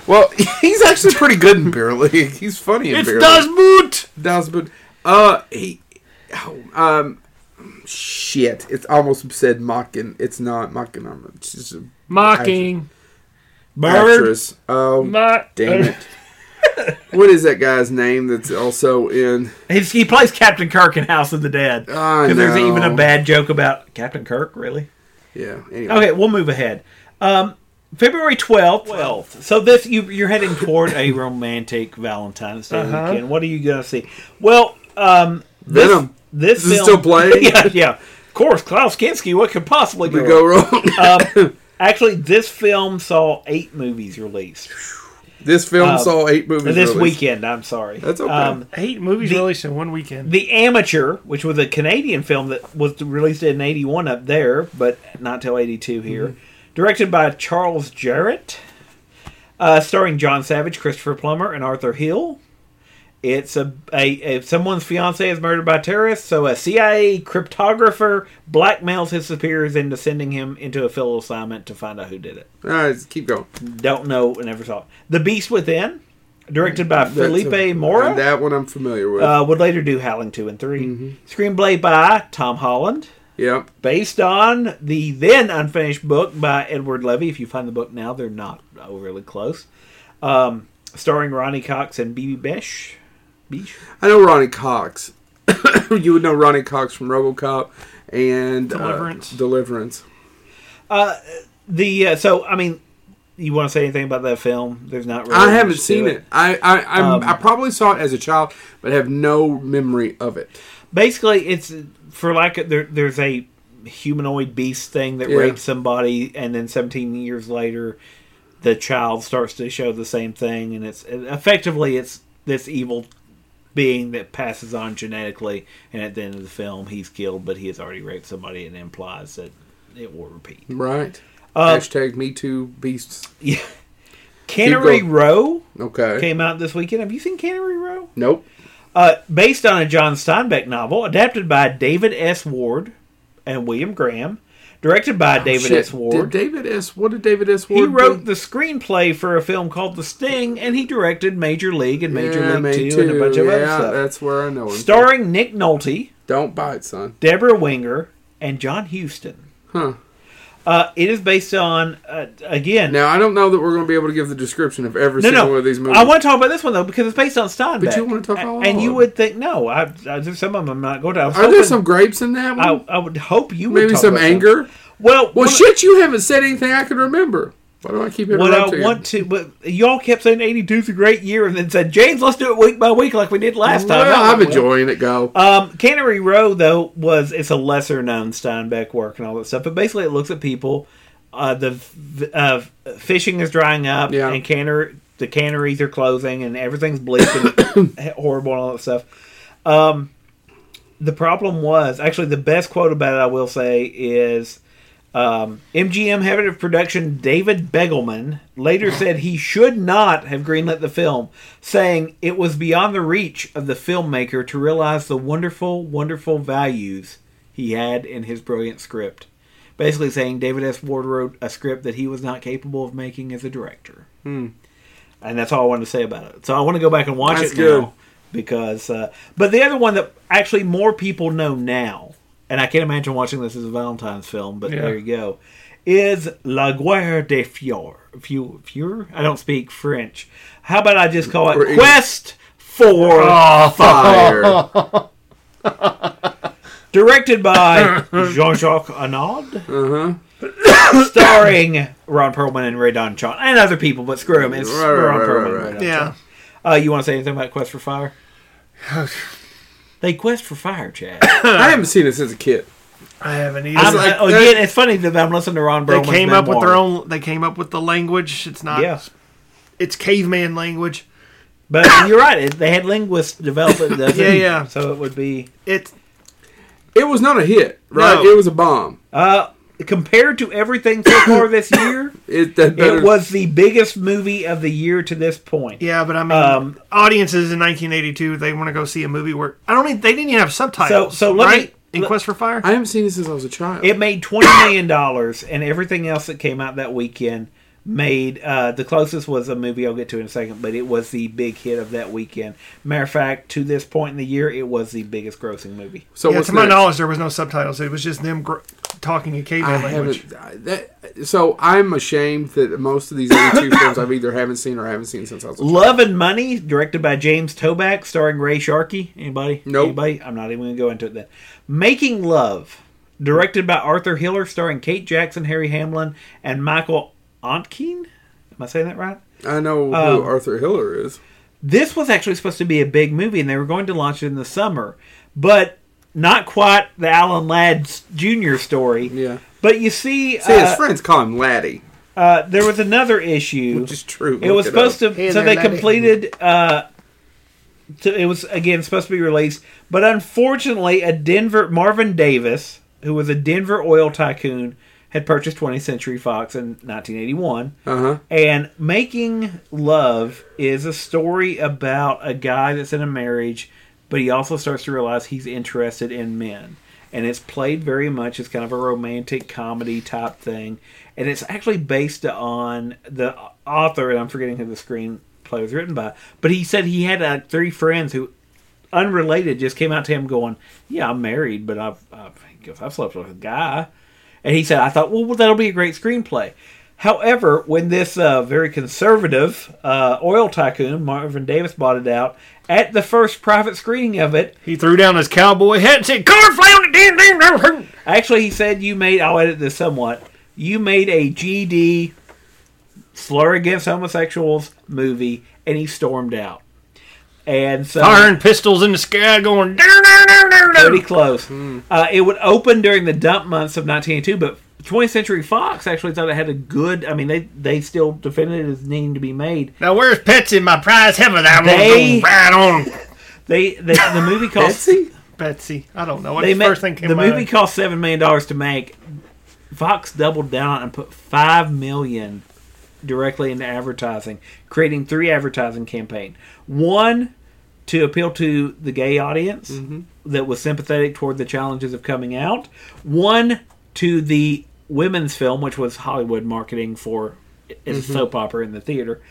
Well, he's actually pretty good in beer league. He's funny in
It's
beer
Das
league.
Boot.
Das Boot. Uh, he. Oh, um, shit! It's almost said mocking. It's not mocking. I'm just
Mocking.
Bird.
actress. Oh,
My,
damn it. what is that guy's name that's also in?
He's, he plays Captain Kirk in House of the Dead.
I
Because there's
know.
even a bad joke about Captain Kirk, really?
Yeah. Anyway.
Okay, we'll move ahead. Um, February 12th. 12th. So this you, you're heading toward a romantic Valentine's Day
Uh-huh.
weekend. What are you going to see? Well, um, this,
Venom.
This
Is it
film-
still playing?
yeah, yeah. Of course, Klaus Kinski. What could possibly
We
go
go wrong.
um, actually, this film saw eight movies released
this film
uh,
saw eight movies
this
released.
weekend. I'm sorry. Um,
That's okay.
Eight movies
The-
released in one weekend.
the Amateur, which was a Canadian film that was released in '81 up there, but not till '82 here,
Mm-hmm.
directed by Charles Jarrett, uh, starring John Savage, Christopher Plummer, and Arthur Hill. It's a, a, a someone's fiance is murdered by terrorists, so a CIA cryptographer blackmails his superiors into sending him into a field assignment to find out who did it.
All right, keep going.
Don't know, never saw it. The Beast Within, directed by
That's a-
Felipe Mora,
and That one I'm familiar with.
uh, would later do Howling 2 and 3.
Mm-hmm.
Screenplay by Tom Holland,
yep.
based on the then unfinished book by Edward Levy. If you find the book now, they're not overly close. Um, starring Ronnie Cox and Bibi Besh. Bish.
I know Ronnie Cox. you would know Ronnie Cox from RoboCop and uh,
Deliverance.
Deliverance.
The uh, so I mean, you want to say anything about that film? There's not. Really
I
much
haven't
to
seen it. I I I'm,
Um,
I probably saw it as a child, but have no memory of it.
basically it's for lack of there, there's a humanoid beast thing that
Yeah.
rapes somebody and then 17 years later the child starts to show the same thing and it's effectively it's this evil being that passes on genetically and at the end of the film he's killed but he has already raped somebody and implies that it will repeat
Right.
Uh,
Hashtag Me Too Beasts.
yeah cannery
going.
row
Okay.
came out this weekend have you seen cannery row
Nope.
Uh, based on a John Steinbeck novel, adapted by David S. Ward and William Graham, directed by David
Oh, Shit,
S. Ward.
Did David S. What did David S. Ward?
he wrote
do?
the screenplay for a film called The Sting, and he directed Major League and Major
Yeah,
League
me
2 and a
too.
bunch of
yeah,
other stuff.
That's where I know him.
Starring Nick Nolte,
Don't bite, son.
Deborah Winger, and John Huston.
Huh.
Uh, it is based on, uh, again,
Now I don't know that we're going to be able to give the description of every
no,
single
no.
one of these movies.
I want to talk about this one, though, because it's based on Steinbeck.
But you want to talk
A-
about all
And you
of
would think, no, I, I, there's some of them I'm not going to. I was
Are there
hoping-
some grapes in that one?
I, I would hope you would
Maybe
talk
some
about them.
anger.
Well,
Well,
one-
shit, you haven't said anything I can remember. Why do I keep
What I
interrupting?
want to, but y'all kept saying '82 is a great year, and then said, "James, let's do it week by week like we did last time." That
Well, I'm
went well.
enjoying it. Go.
Um, Cannery Row, though, was it's a lesser known Steinbeck work and all that stuff, but basically it looks at people. Uh, the f- uh, fishing is drying up,
Yeah.
and canner the canneries are closing, and everything's bleak and horrible and all that stuff. Um, the problem was actually the best quote about it. I will say is. Um, MGM head of production David Begelman later said he should not have greenlit the film, saying it was beyond the reach of the filmmaker to realize the wonderful, wonderful values he had in his brilliant script. Basically, saying David S. Ward wrote a script that he was not capable of making as a director.
Hmm.
And that's all I wanted to say about it. So I want to go back and watch
That's
it
good.
now because. Uh, but the other one that actually more people know now, and I can't imagine watching this as a Valentine's film, but
Yeah.
there you go, is La Guerre des Fior. Fior? Fior? I don't speak French. How about I just call it
Or English.
Quest for Fire?
Fire.
Directed by Jean Jacques Anand.
Uh-huh.
Starring Ron Perlman and Ray Don Chon. And other people, but screw him. It's
Right, right,
Ron
right,
Perlman.
right,
and
right.
Ray Don Chon. Uh, you want to say anything about Quest for Fire? They quest for fire, Chad.
I haven't seen it since a kid.
I haven't either.
I'm,
like-
They
uh, again, it's funny that I'm listening to Ron Perlman's
came up with their
memoir.
own. They came up with the language. It's not.
Yeah,
It's caveman language.
but you're right. it- They had linguists develop it. doesn't
Yeah, yeah.
So it would be
It's
It was not a hit, right?
No.
It was a bomb.
uh, compared to everything so far this year.
It, that better-
It was the biggest movie of the year to this point.
yeah, but I mean,
Um,
audiences in 1982 they want to go see a movie where I don't. Even, they didn't even have subtitles.
so let me-
right? in
let-
Quest for Fire.
I haven't seen it since I was a child.
It made twenty million dollars, and everything else that came out that weekend made uh, the closest was a movie I'll get to in a second, but it was the big hit of that weekend. Matter of fact, to this point in the year, it was the biggest grossing movie.
So
yeah,
what's
to my
next?
knowledge, there was no subtitles. It was just them gr- talking in
I
caveman language.
haven't. I- That, so I'm ashamed that most of these 82 films I've either haven't seen or haven't seen since I was. a
Love and Money, directed by James Toback, starring Ray Sharkey. Anybody?
Nope.
Anybody? I'm not even going to go into it then. Making Love, directed by Arthur Hiller, starring Kate Jackson, Harry Hamlin, and Michael Ontkeen. Am I saying that right?
I know who
Um,
Arthur Hiller is.
this was actually supposed to be a big movie and they were going to launch it in the summer but not quite the alan ladd jr story
Yeah.
but you see,
See, his
uh,
friends call him Laddie,
uh, there was another issue
which is true.
it was supposed to
Hey
so
there,
they
laddie.
completed uh to, it was again supposed to be released but unfortunately a denver marvin davis who was a denver oil tycoon had purchased 20th century fox in 1981
Uh huh.
and Making Love is a story about a guy that's in a marriage, but he also starts to realize he's interested in men. And it's played very much as kind of a romantic comedy type thing. And it's actually based on the author, and I'm forgetting who the screenplay was written by, but he said he had uh, three friends who, unrelated, just came out to him going, Yeah, I'm married, but I've, I've, I've slept with a guy. And he said, I thought, well, well, that'll be a great screenplay. However, when this uh, very conservative uh, oil tycoon, Marvin Davis, bought it out, at the first private screening of it,
He threw down his cowboy hat and said, "Cornflower, ding, ding, ding, ding."
actually he said, you made, I'll edit this somewhat, you made a GD slur against homosexuals movie, and he stormed out. And so.
Firing pistols in the sky, going. "Ding, ding, ding, ding, ding."
pretty close. Uh, it would open during the dump months of 1982, but 20th Century Fox actually thought it had a good. I mean, they they still defended it as needing to be made.
Now where's Patsy, my prize heaven? I
They-
want to right on
They the, the movie cost
Betsy?
Betsy. I don't know what
they
the
made
first thing came.
the
out
movie cost seven million dollars to make. Fox doubled down and put five million directly into advertising, creating three advertising campaign. One to appeal to the gay audience
Mm-hmm.
that was sympathetic toward the challenges of coming out. One to the women's film, which was Hollywood marketing for as
Mm-hmm.
a soap opera in the theater,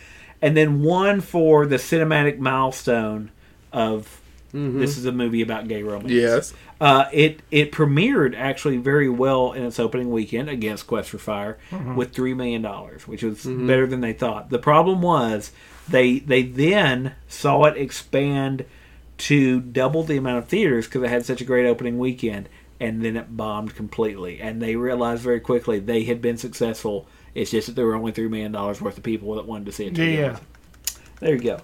and then one for the cinematic milestone of
Mm-hmm.
this is a movie about gay romance.
Yes.
Uh, it it premiered actually very well in its opening weekend against Quest for Fire
Mm-hmm.
with three million dollars, which was better than they thought. The problem was they they then saw it expand to double the amount of theaters because it had such a great opening weekend, and then it bombed completely. And they realized very quickly they had been successful. It's just that there were only three million dollars worth of people that wanted to see it. to
Yeah,
begin
yeah.
with. There you go.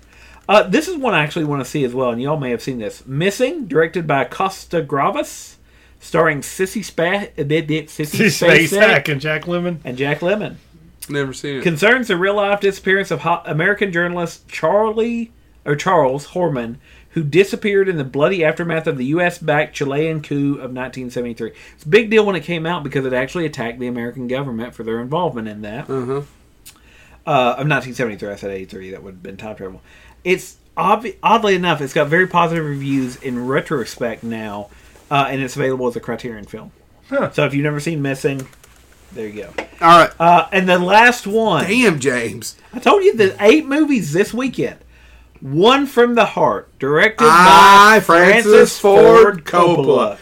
Uh, this is one I actually want to see as well, and y'all may have seen this. Missing, directed by Costa Gravis, starring Sissy Spa- uh, did- did Sissy
Space
Spacek
Sack and Jack Lemon.
and Jack Lemmon.
Never seen it.
Concerns the real life disappearance of ho- American journalist Charlie or Charles Horman, who disappeared in the bloody aftermath of the U.S. backed Chilean coup of 1973. It's a big deal when it came out because it actually attacked the American government for their involvement in that
uh-huh.
uh, of 1973. I said 83. That would have been time travel. It's obvi- oddly enough, it's got very positive reviews in retrospect now, uh, and it's available as a Criterion film.
Huh.
So if you've never seen Missing, there you go.
All right.
Uh, and the last one.
Damn, James.
I told you the eight movies this weekend. One from the Heart, directed
I,
by
Francis, Ford Coppola.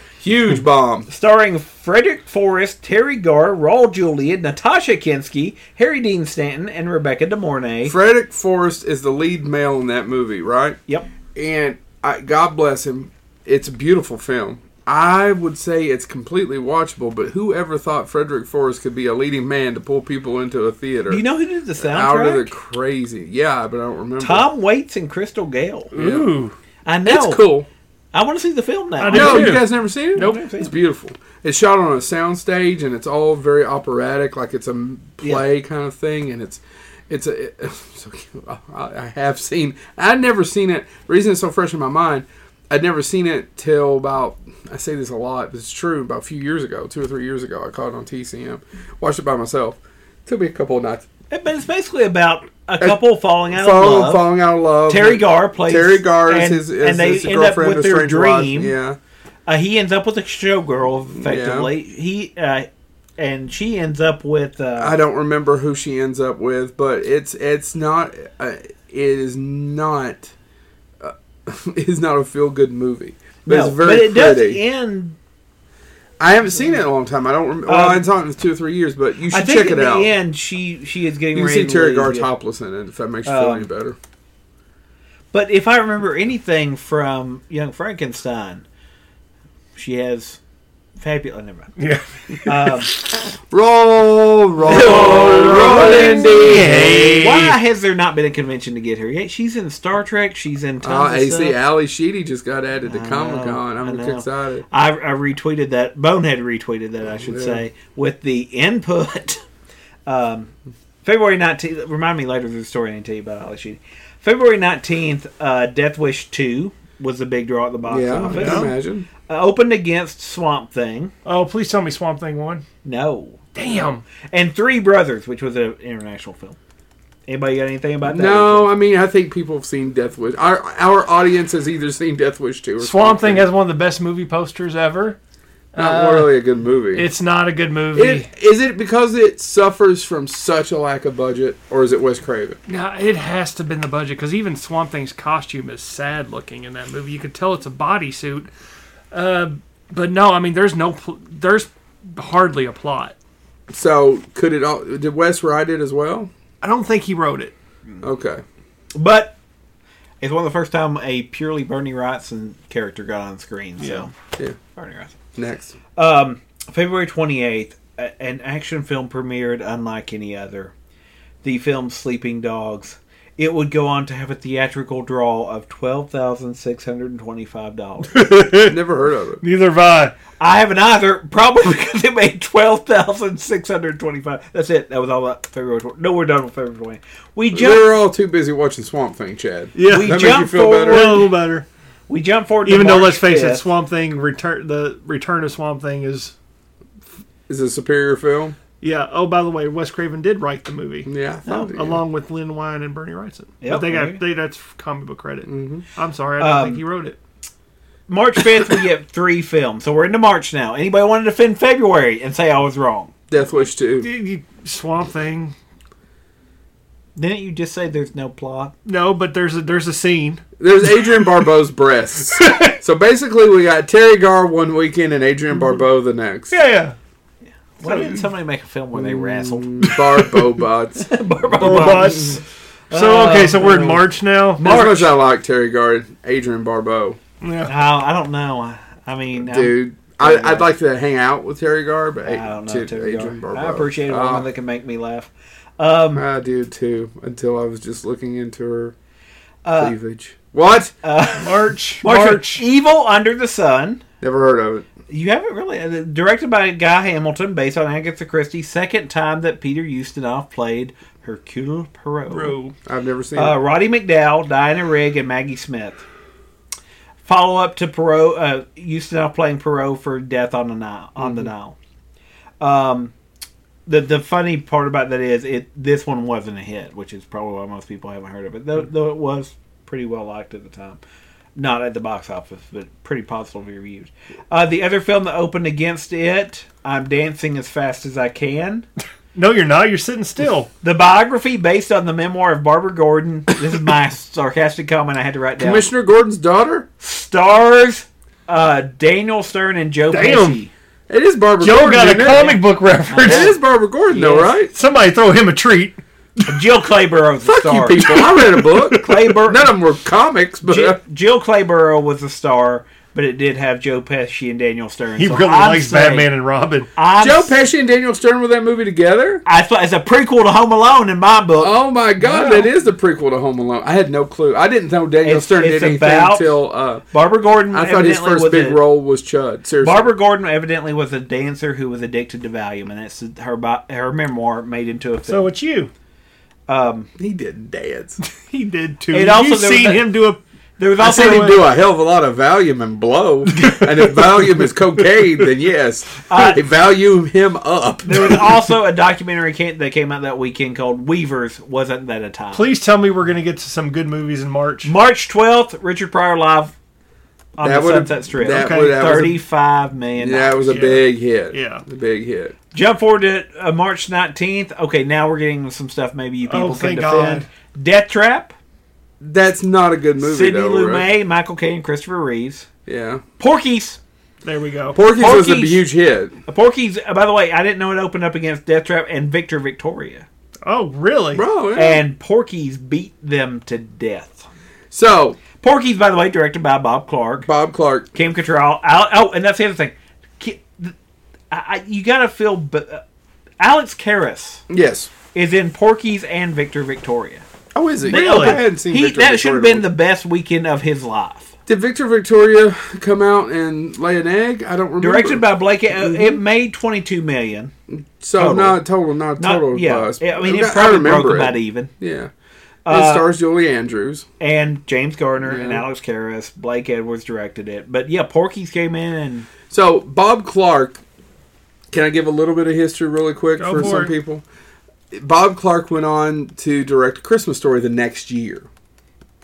Huge bomb.
starring Frederick Forrest, Terry Garr, Raul Julia, Natasha Kinsky, Harry Dean Stanton, and Rebecca De Mornay.
Frederick Forrest is the lead male in that movie, right?
yep.
And I, God bless him. It's a beautiful film. I would say it's completely watchable, but whoever thought Frederick Forrest could be a leading man to pull people into a theater
Do you know who did the
out of the
soundtrack?
crazy? Yeah, but I don't remember.
Tom Waits and Crystal Gale.
Yeah.
Ooh,
I know.
It's Mm. cool.
I want to see the film now.
I do.
No, you
too.
guys never seen it?
Nope.
It's beautiful. It's shot on a soundstage, and it's all very operatic, like it's a m- play kind of thing. And it's, it's a. It, so cute. I, I have seen. I'd never seen it. The reason it's so fresh in my mind, I'd never seen it till about. I say this a lot, but it's true. About a few years ago, two or three years ago, I caught it on TCM. Watched it by myself. Took me a couple of nights.
But it's basically about a couple falling out
Fall-
of love.
falling out of love.
Terry Garr plays-
Terry Garr is
and-
his, is
and they
his
end up
girlfriend
with
or
their
strange wife.
dream.
Yeah.
Uh, he ends up with a showgirl, effectively. He uh, and she ends up with uh,
I don't remember who she ends up with, but it's it's not uh, it is not uh, it is not a feel good movie. But
no,
it's very
but it does
pretty.
end.
I haven't seen it in a long time. I don't remember. Well,
Um,
I haven't seen it in two or three years, but you
I
should
think
check
at
it
the
out.
end she she is getting
you can
ready
see
to
Terry
lose
Gar
it.
topless in it if that makes you feel
Um,
any better.
But if I remember anything from Young Frankenstein, she has fabulous. oh, Never mind.
Yeah.
Um,
Roll, roll,
rolling
rolling
the
Why has there not been a convention to get her yet? She's in Star Trek. She's in
Uh,
tons of
AC
stuff.
Ali Sheedy just got added to
I know,
Comic Con.
I
I'm
know.
excited.
I, I retweeted that. Bonehead retweeted that, I should
Yeah.
say, with the input. Um, February 19th. Remind me later of the story I didn't tell you about Ali Sheedy. February 19th, uh, Death Wish 2 was the big draw at the box
Yeah, I
office.
can imagine.
Uh, opened against Swamp Thing.
Oh, please tell me Swamp Thing won.
No.
Damn.
And Three Brothers, which was an international film. Anybody got anything about that?
No, I mean I think people have seen Death Wish. Our our audience has either seen Death Wish two or
Swamp Thing has one of the best movie posters ever.
not
uh,
really a good movie.
It's not a good movie.
It, is it because it suffers from such a lack of budget, or is it Wes Craven?
No, it has to have been the budget because even Swamp Thing's costume is sad looking in that movie. You can tell it's a bodysuit. Uh, but no, I mean, there's no, pl- there's hardly a plot.
So could it all? Did Wes write it as well?
I don't think he wrote it.
Okay,
But it's one of the first time a purely Bernie Wrightson character got on screen. So
Yeah.
Yeah.
Bernie Wrightson.
next.
Um, February twenty eighth, an action film premiered unlike any other. The film Sleeping Dogs. It would go on to have a theatrical draw of twelve thousand six hundred and twenty five dollars.
Never heard of it.
Neither have I.
I haven't either, probably because it made twelve thousand six hundred twenty five. That's it. That was all that February. 20. No, we're done with February twenty. We
We
jump.
We're all too busy watching Swamp Thing, Chad.
Yeah.
We
That makes you
jump
feel better?
a
forward.
little better.
We jump forward. to
Even though,
March
let's face it,
5th.
Swamp Thing return the return of Swamp Thing is
Is it a superior film?
yeah. Oh, by the way, Wes Craven did write the movie
Yeah, I thought it-
along with Lynn Wine and Bernie Wrightson.
Yep,
but they
there you
got
go.
they, that's comic book credit.
Mhm.
I'm sorry, I don't
Um,
think he wrote it.
March 5th, we get three films. So we're into March now. Anybody want to defend February and say I was wrong?
Death Wish two.
You- you- Swamp Thing.
Didn't you just say there's no plot?
No, but there's a there's a scene.
There's Adrian Barbeau's breasts. So basically, we got Terry Gar one weekend and Adrian Barbeau the next.
Yeah.
Why didn't somebody make a film where they
Mm.
wrestled?
Barbeau bots. As
Robots. So okay, so we're in March now.
much as I like Terry Gar, Adrian Barbeau,
Yeah.
Oh, I don't know. I- I mean, I'm-
dude. I, I'd like to hang out with Terry Gar, but
I don't know.
to
Terry
Adrian
Gar.
Barbeau.
I appreciate a
Ah.
woman that can make me laugh. Um,
I did too, until I was just looking into her
uh,
cleavage. What?
March,
March. March.
Evil Under the Sun.
Never heard of it.
You haven't really uh, directed by Guy Hamilton, based on Agatha Christie. Second time that Peter Ustinov played Hercule Poirot.
Bro.
I've never seen
Uh,
it.
Roddy McDowell, Diana Rigg, and Maggie Smith. Follow up to Perot, uh, Houston playing Perot for Death on the Nile. On the Nile. Um, the the funny part about that is it this one wasn't a hit, which is probably why most people haven't heard of it. Though, though it was pretty well liked at the time, not at the box office, but pretty positively reviewed. Uh, the other film that opened against it, I'm Dancing as Fast as I Can.
No, you're not. You're sitting still.
The biography based on the memoir of Barbara Gordon. This is my sarcastic comment I had to write down.
Commissioner Gordon's daughter?
Stars uh, Daniel Stern and Joe
Damn.
Pesci.
It is Barbara
Joe
Gordon.
got
isn't
a
it?
comic book
It
reference.
is Barbara Gordon, though,
Yes.
right?
Somebody throw him a treat.
Jill Clayborough was the
Fuck
star.
you people. I read a book.
Clayborough.
None of them were comics, but
Jill, Jill Clayborough was the star, but it did have Joe Pesci and Daniel Stern.
He
So
really
I'm
likes
saying-
Batman and Robin.
uh,
I'm
Joe
s-
Pesci and Daniel Stern were that movie together?
I thought it's a prequel to Home Alone in my book.
Oh my God,
No.
that is the prequel to Home Alone. I had no clue. I didn't know Daniel
It's-
Stern
it's
did anything
about-
until uh,
Barbara Gordon.
I thought his
evidently
first
was
big
a-
role was Chud. Seriously.
Barbara Gordon evidently was a dancer who was addicted to Valium, and that's her bi- her memoir made into a film.
So it's you.
um,
He didn't dance.
He did too.
It
You've
also- there was
seen
that-
him do a
there was
I
also
said he'd
a-
do a hell of a lot of Valium and blow. and if Valium is cocaine, then yes.
Uh,
They value him up.
There was also a documentary ca- that came out that weekend called Weavers. Wasn't that a time?
Please tell me we're going to get to some good movies in March.
March 12th, Richard Pryor live on
That
the
would've-
Sunset Strip.
that
Okay,
would- that was a-
Thirty-five million.
Yeah, it was a
Yeah.
big hit.
Yeah.
A big hit.
Jump forward to uh, March 19th. Okay, now we're getting some stuff maybe you people
Oh,
can
thank
defend.
God.
Death Trap,
That's not a good movie.
Sidney
though,
Lumet,
right?
Michael Caine, and Christopher Reeves.
Yeah.
Porky's.
There we go.
Porky's, was a
Porky's-
huge hit.
Porky's, uh, by the way, I didn't know it opened up against Death Trap and Victor Victoria.
Oh, really?
Bro, yeah.
And Porky's beat them to death.
so
Porky's, by the way, directed by Bob Clark.
Bob Clark.
Kim Cattrall. Al- oh, and that's the other thing. Ki- th- I, I, you gotta feel. B- uh, Alex Karras
Yes.
is in Porky's and Victor Victoria.
Oh, is it?
Really?
I hadn't seen
He,
Victor
that should have
Victoria.
been the best weekend of his life.
Did Victor Victoria come out and lay an egg? I don't remember.
Directed by Blake, uh,
Mm-hmm.
it made twenty two million.
so
Total.
not total, not
Not,
total.
yeah,
buzz.
I mean
got-
it probably broke
remember
about even.
Yeah,
Uh,
it stars Julie Andrews.
And James Garner and
Yeah.
Alex Karras, Blake Edwards directed it. But yeah, Porky's came in and
So Bob Clark, can I give a little bit of history really quick
Go
for,
for
some
it.
people? Bob Clark went on to direct A Christmas Story the next year.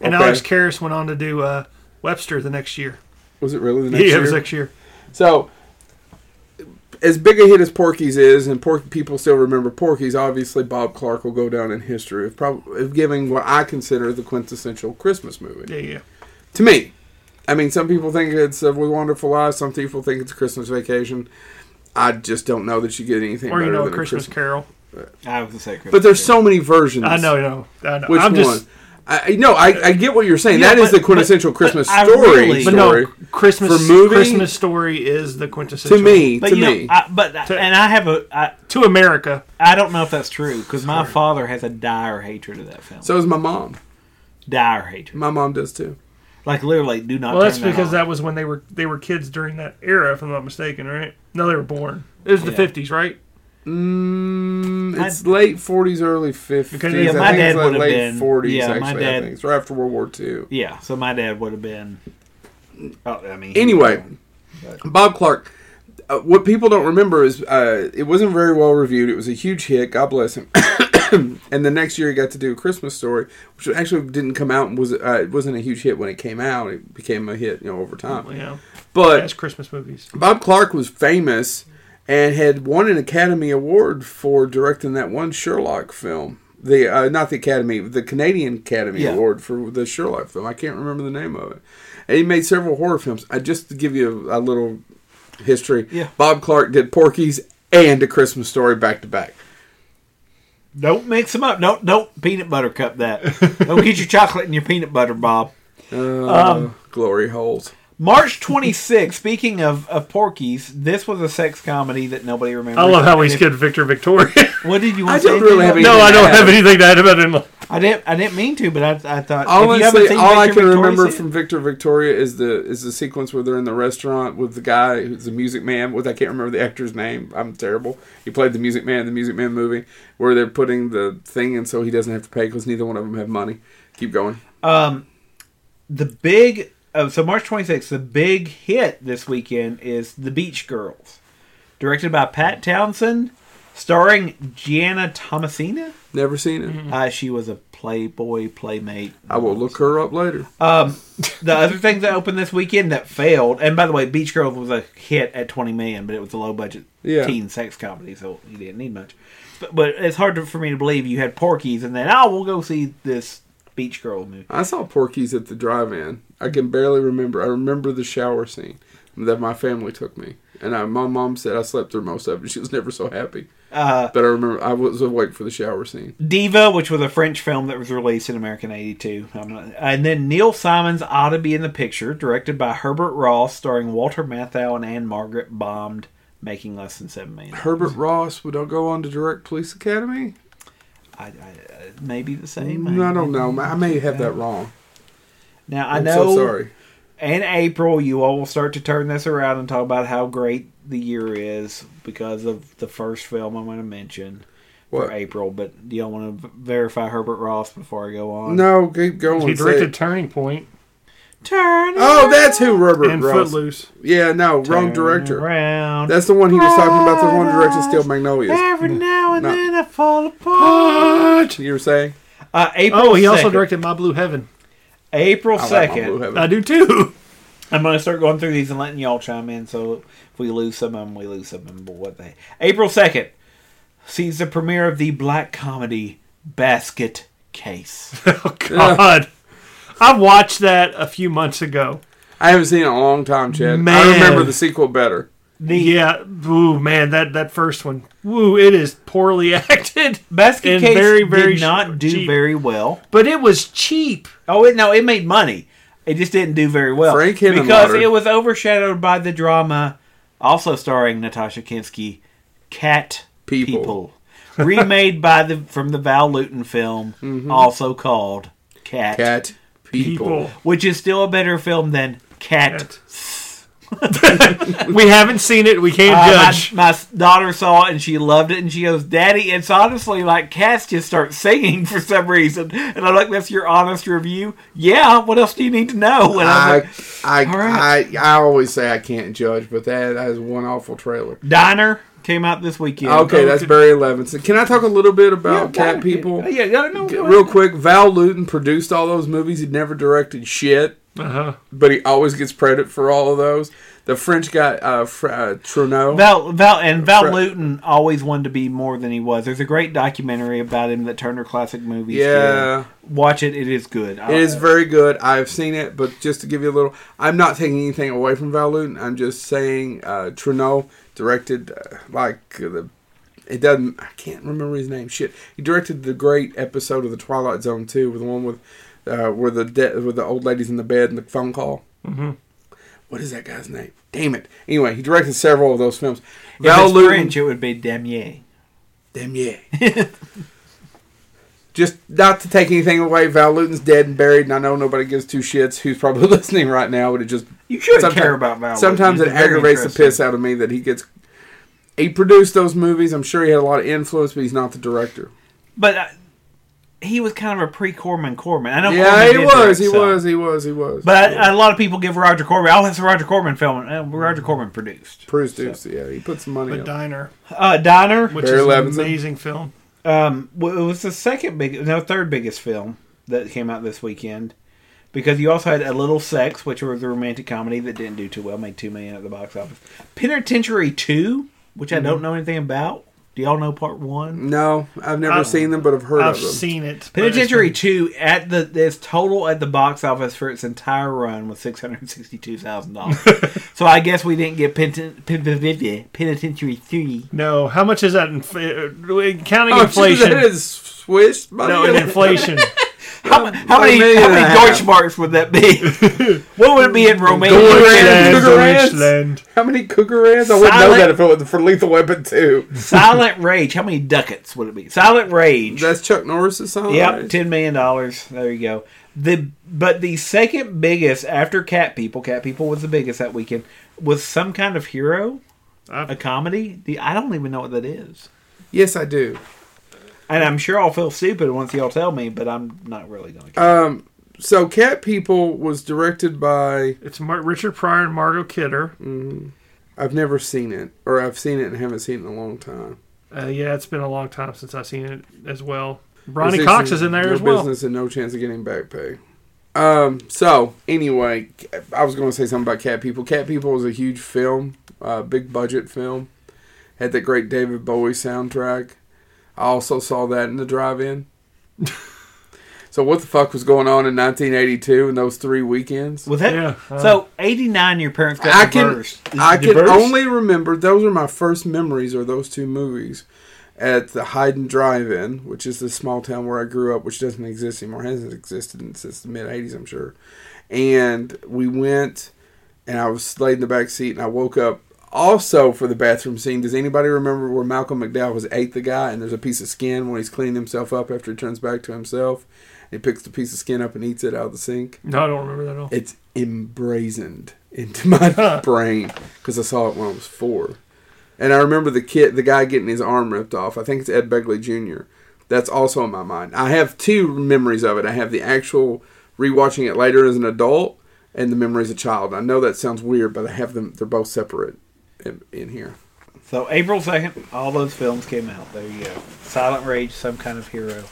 And
Okay.
Alex Karras went on to do uh, Webster the next year.
was it really the next
yeah,
year?
it was next year.
So, as big a hit as Porky's is, and Porky, people still remember Porky's, obviously Bob Clark will go down in history of, prob- of giving what I consider the quintessential Christmas movie.
Yeah, yeah.
To me, I mean, some people think it's a Wonderful Life, some people think it's Christmas Vacation. I just don't know that you get anything
Or you
better
know, a
than
Christmas,
a Christmas.
Carol.
I was the second.
But there's so many versions.
I know, I know, I know.
Which
I'm
one?
just,
I, I- no, I, I get what you're saying.
Yeah,
That is
but-
the quintessential
but- but
Christmas
I
story.
really-
but
story.
no, Christmas
For movie-
Christmas story is the quintessential
to me,
But
to
you know,
me,
I, but and I have a I,
to America.
I don't know if that's true because my father has a dire hatred of that film.
so is my mom.
dire hatred,
My mom does too.
like literally, do not.
Well, that's
turn
because
that.
that was when they were they were kids during that era, if I'm not mistaken, right? No, they were born. It was the
Yeah.
50s, right?
Mm,
My-
it's late 40s, early 50s.
Because, yeah,
I
my
think
dad
it's like
would've
late
been-
40s,
yeah, my
actually. I
dad-
think. It's right after World War II.
on. yeah. So my dad would have been. Oh, I mean.
Anyway, Bob Clark. Uh, what people don't remember is uh, it wasn't very well reviewed. It was a huge hit. God bless him. and the next year he got to do a Christmas story, which actually didn't come out and was uh, it wasn't a huge hit when it came out. It became a hit, you know, over
You
time.
know,
But
as Christmas movies.
Bob Clark was famous and had won an Academy Award for directing that one Sherlock film. The uh, not the Academy, the Canadian Academy
Yeah.
Award for the Sherlock film. I can't remember the name of it. And he made several horror films. I just to give you a, a little history.
Yeah.
Bob Clark did Porky's and A Christmas Story back to back.
Don't mix them up. Don't don't peanut butter cup that. don't get your chocolate and your peanut butter, Bob. Um,
Uh, glory holes.
March 26th, speaking of, of Porky's, this was a sex comedy that nobody remembers.
I love how we
And if-
skipped Victor Victoria.
What did you
I
want to say?
don't really have
Daniel?
any-
no, I don't
Yeah.
have anything to add about it.
I didn't, I didn't mean to, but I, I thought. if you haven't
Honestly,
seen
all I
Victor
can
Victoria,
remember
see it.
from Victor Victoria is the is the sequence where they're in the restaurant with the guy who's the music man. With I can't remember the actor's name. I'm terrible. He played the music man in the Music Man movie, where they're putting the thing, and so he doesn't have to pay because neither one of them have money. Keep going.
the big uh, so March 26th, the big hit this weekend is The Beach Girls, directed by Pat Townsend, starring Gianna Tomasina.
Never seen it.
Uh, she was a Playboy playmate.
Hmm. I will look her up later.
Um, the other thing that opened this weekend that failed, and by the way, Beach Girls was a hit at 20 million, but it was a low budget
Yeah.
teen sex comedy, so you didn't need much. But, but it's hard to, for me to believe you had Porky's and then, oh, we'll go see this Beach Girl movie.
I saw Porky's at the drive-in. I can barely remember. I remember the shower scene that my family took me, and I, my mom said I slept through most of it. She was never so happy.
Uh,
But I remember I was awake for the shower scene.
Diva, which was a French film that was released in America in '82, I'm not- and then Neil Simon's "Ought to Be in the Picture," directed by Herbert Ross, starring Walter Matthau and Anne Margaret, bombed, making less than seven million.
Herbert Ross would go on to direct Police Academy.
I, I, I, maybe the same.
No, Mm, I don't know. I may have that wrong.
Now I
I'm
know.
so sorry.
In April, you all will start to turn this around and talk about how great the year is because of the first film I'm going to mention for
What?
April. But do y'all want to verify Herbert Ross before I go on?
No, keep going.
He
Say
directed
it.
Turning Point
Turn.
Oh, that's who Robert
and
Ross.
Footloose.
Yeah, no,
Turn
wrong director.
Around.
That's the one he was talking about. The one who directed Steel Magnolias.
Every now and
No.
then I fall apart.
You were saying?
Uh, April.
Oh, he also
2nd.
directed My Blue Heaven.
April
I like my
Uh,
second.
Blue Heaven.
I do too.
I'm gonna start going through these and letting y'all chime in. So if we lose some of them, we lose some of them. But what they? April second sees the premiere of the black comedy Basket Case.
Oh God, I watched that a few months ago.
I haven't seen it in a long time, Chad. I
Man.
remember the sequel better.
The
Yeah, ooh man, that that first one, woo, it is poorly acted,
Basket
And
Case
very, very
did not do
cheap.
very well.
but it was cheap.
Oh it, no, it made money. It just didn't do very well
Frank Hinamotor.
because it was overshadowed by the drama, also starring Natasha Kinsky, Cat
People.
People, remade by the from the Val Luton film, also called Cat,
Mm-hmm. Cat people.
People,
which is still a better film than Cat.
Cat. we haven't seen it. We can't
Ah,
Uh, my-
judge.
my, daughter saw it and she loved it, and she goes, "Daddy, it's honestly like cats just start singing for some reason." And I'm like, "That's your honest review? Yeah. What else do you need to know?" And I'm
I,
like,
I,
All right.
I, I always say I can't judge, but that, that is one awful trailer.
Diner came out this weekend.
Okay,
no,
that's
could-
Barry Levinson. Can I talk a little bit
Yeah,
about
Diner
Cat
came-
People?
Yeah, yeah, no, go
Real
ahead.
quick, Val Luton produced all those movies. He'd never directed shit,
Uh-huh.
but he always gets credit for all of those. The French guy, uh, Fr- uh, Trudeau.
Val, Val, and Val
Right.
Luton always wanted to be more than he was. There's a great documentary about him that Turner Classic Movies. did.
Yeah.
watch it. It is good.
It is very good. I've seen it, but just to give you a little, I'm not taking anything away from Val Luton. I'm just saying, uh, Trudeau directed uh, like uh, the. It doesn't. I can't remember his name. Shit. He directed the great episode of The Twilight Zone too, with the one with uh, where the de- with the old ladies in the bed and the phone call. Mm-hmm. is that guy's name? Damn it. Anyway, he directed several of those films.
If
Val
it's
Luton.
French, it would be Damier.
Damn yeah. Just not to take anything away, Val Luton's dead and buried, and I know nobody gives two shits who's probably listening right now, but it just
You should
Sometimes-
care about Val. Luton.
sometimes
He's
it
very
aggravates the
interesting.
piss out of me that he gets. He produced those movies. I'm sure he had a lot of influence, but he's not the director.
But uh, he was kind of a pre Corman Corman. I know.
yeah,
Corman
he
did
was,
direct
he
some.
was. He was. He was.
But uh,
Yeah.
a lot of people give Roger Corman. Oh, that's a Roger Corman film. Uh, Roger Corman produced.
produced. Yeah, he put some money.
The
Up.
Diner,
Uh, Diner.
which
Barry
is
Levinson.
an amazing film.
Um, w- it was the second big, no, third biggest film that came out this weekend. Because you also had A Little Sex, which was a romantic comedy that didn't do too well, made two million at the box office. Penitentiary Two, which I don't know anything about. Do y'all know Part One?
No, I've never
I've-
seen them, but I've heard
I've
of them.
seen it. but it's
Penitentiary two at the its total at the box office for its entire run was six hundred sixty two thousand dollars. so I guess we didn't get Penten- Pen- Pen- Pen- Pen- Penitentiary three.
been- No, how much is that? Inf- uh, counting
Oh,
inflation.
That is swish.
no, and inflation.
How, mu- how
A
many
million
how
and a
many
half.
Deutschmarks would that be? what would it be in Romania?
Deutsch.
Deutschland,
Deutschland.
Deutschland.
How many cougar ads? I wouldn't know
Silent-
that if it was for Lethal Weapon 2.
Silent Rage. How many ducats would it be? Silent Rage.
That's Chuck Norris's song.
Yep,
right?
ten million dollars. There you go. The but the second biggest after Cat People, Cat People was the biggest that weekend. Was some kind of hero,
I've-
a comedy. The I don't even know what that is,
Yes, I do.
and I'm sure I'll feel stupid once y'all tell me, but I'm not really going to.
Um, so Cat People was directed by
It's Mar- Richard Pryor and Margot Kidder.
I've never seen it, or I've seen it and haven't seen it in a long time.
Uh, yeah, it's been a long time since I've seen it as well.
This
Ronnie Cox
isn't
is in there
no
as well.
Business and no chance of getting back pay. Um. So anyway, I was going to say something about Cat People. Cat People was a huge film, uh, big budget film. Had that great David Bowie soundtrack. I also saw that in the drive-in. so what the fuck was going on in 1982 in those three weekends?
Was that
Yeah, uh,
so? Eighty nine. Your parents got
I can
divorced. Is it
I can
divorced?
only remember those are my first memories are those two movies at the Hyden Drive-In, which is the small town where I grew up, which doesn't exist anymore, hasn't existed in- since the mid '80s, I'm sure. And we went, and I was laid in the back seat, and I woke up. Also, for the bathroom scene, does anybody remember where Malcolm McDowell was ate the guy, and there's a piece of skin when he's cleaning himself up after he turns back to himself, he picks the piece of skin up and eats it out of the sink
No, I don't remember that at all.
it's embrazened into my
Huh.
brain because I saw it when I was four, and I remember the kid, the guy getting his arm ripped off. I think it's Ed Begley Jr. That's also in my mind. I have two memories of it. I have the actual rewatching it later as an adult, and the memory as a child. I know that sounds weird, but I have them. They're both separate in, in here.
So April second, all those films came out. There you go. Silent Rage, some kind of hero.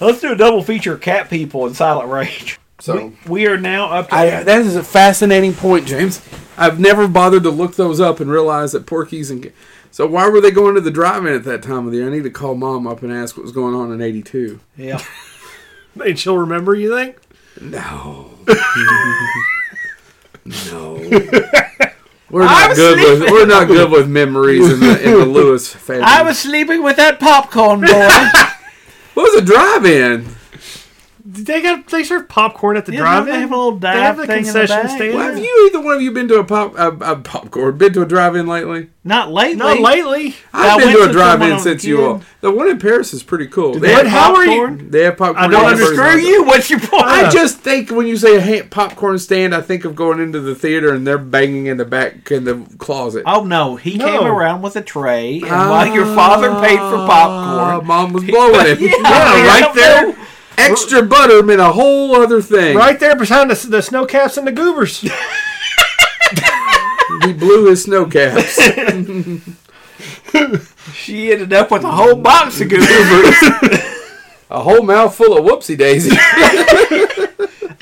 Let's do a double feature: Cat People and Silent Rage.
So
We are now up to
I, that is a fascinating point, James. I've never bothered to look those up and realize that Porky's and so why were they going to the drive-in at that time of the year? I need to call mom up and ask what was going on in '82.
yeah.
And she'll remember, you think?
No, no. We're not
I'm
good with we're not good with memories in the in the Lewis family.
I was sleeping with that popcorn boy.
what was a drive-in?
Did They got they serve popcorn at the
Yeah,
drive-in.
they have a little
They have
dive
the
thing in the
concession
back.
stand.
Well, have you either one of you been to a pop a, a popcorn? Been to a drive-in lately?
Not lately.
Not lately.
I've
I
been
went
to
to the
a
one
drive-in
on
since you
Kid.
all. The one in Paris is pretty cool.
They
But
had
how are you-
popcorn?
They have popcorn.
I don't
and hamburgers.
understand.
Screw you! What's
Uh,
your point?
I just think when you say a ha- popcorn stand, I think of going into the theater and they're banging in the back in the closet.
Oh no, he
No.
came around with a tray, and while your father paid for
Ah,
popcorn,
Mom was blowing it. yeah,
I
right
don't
there.
know.
Extra butter meant a whole other thing.
Right there behind the, the snow caps and the goobers.
He blew his snow caps.
she ended up with a whole box of goobers.
a whole mouthful of whoopsie daisy.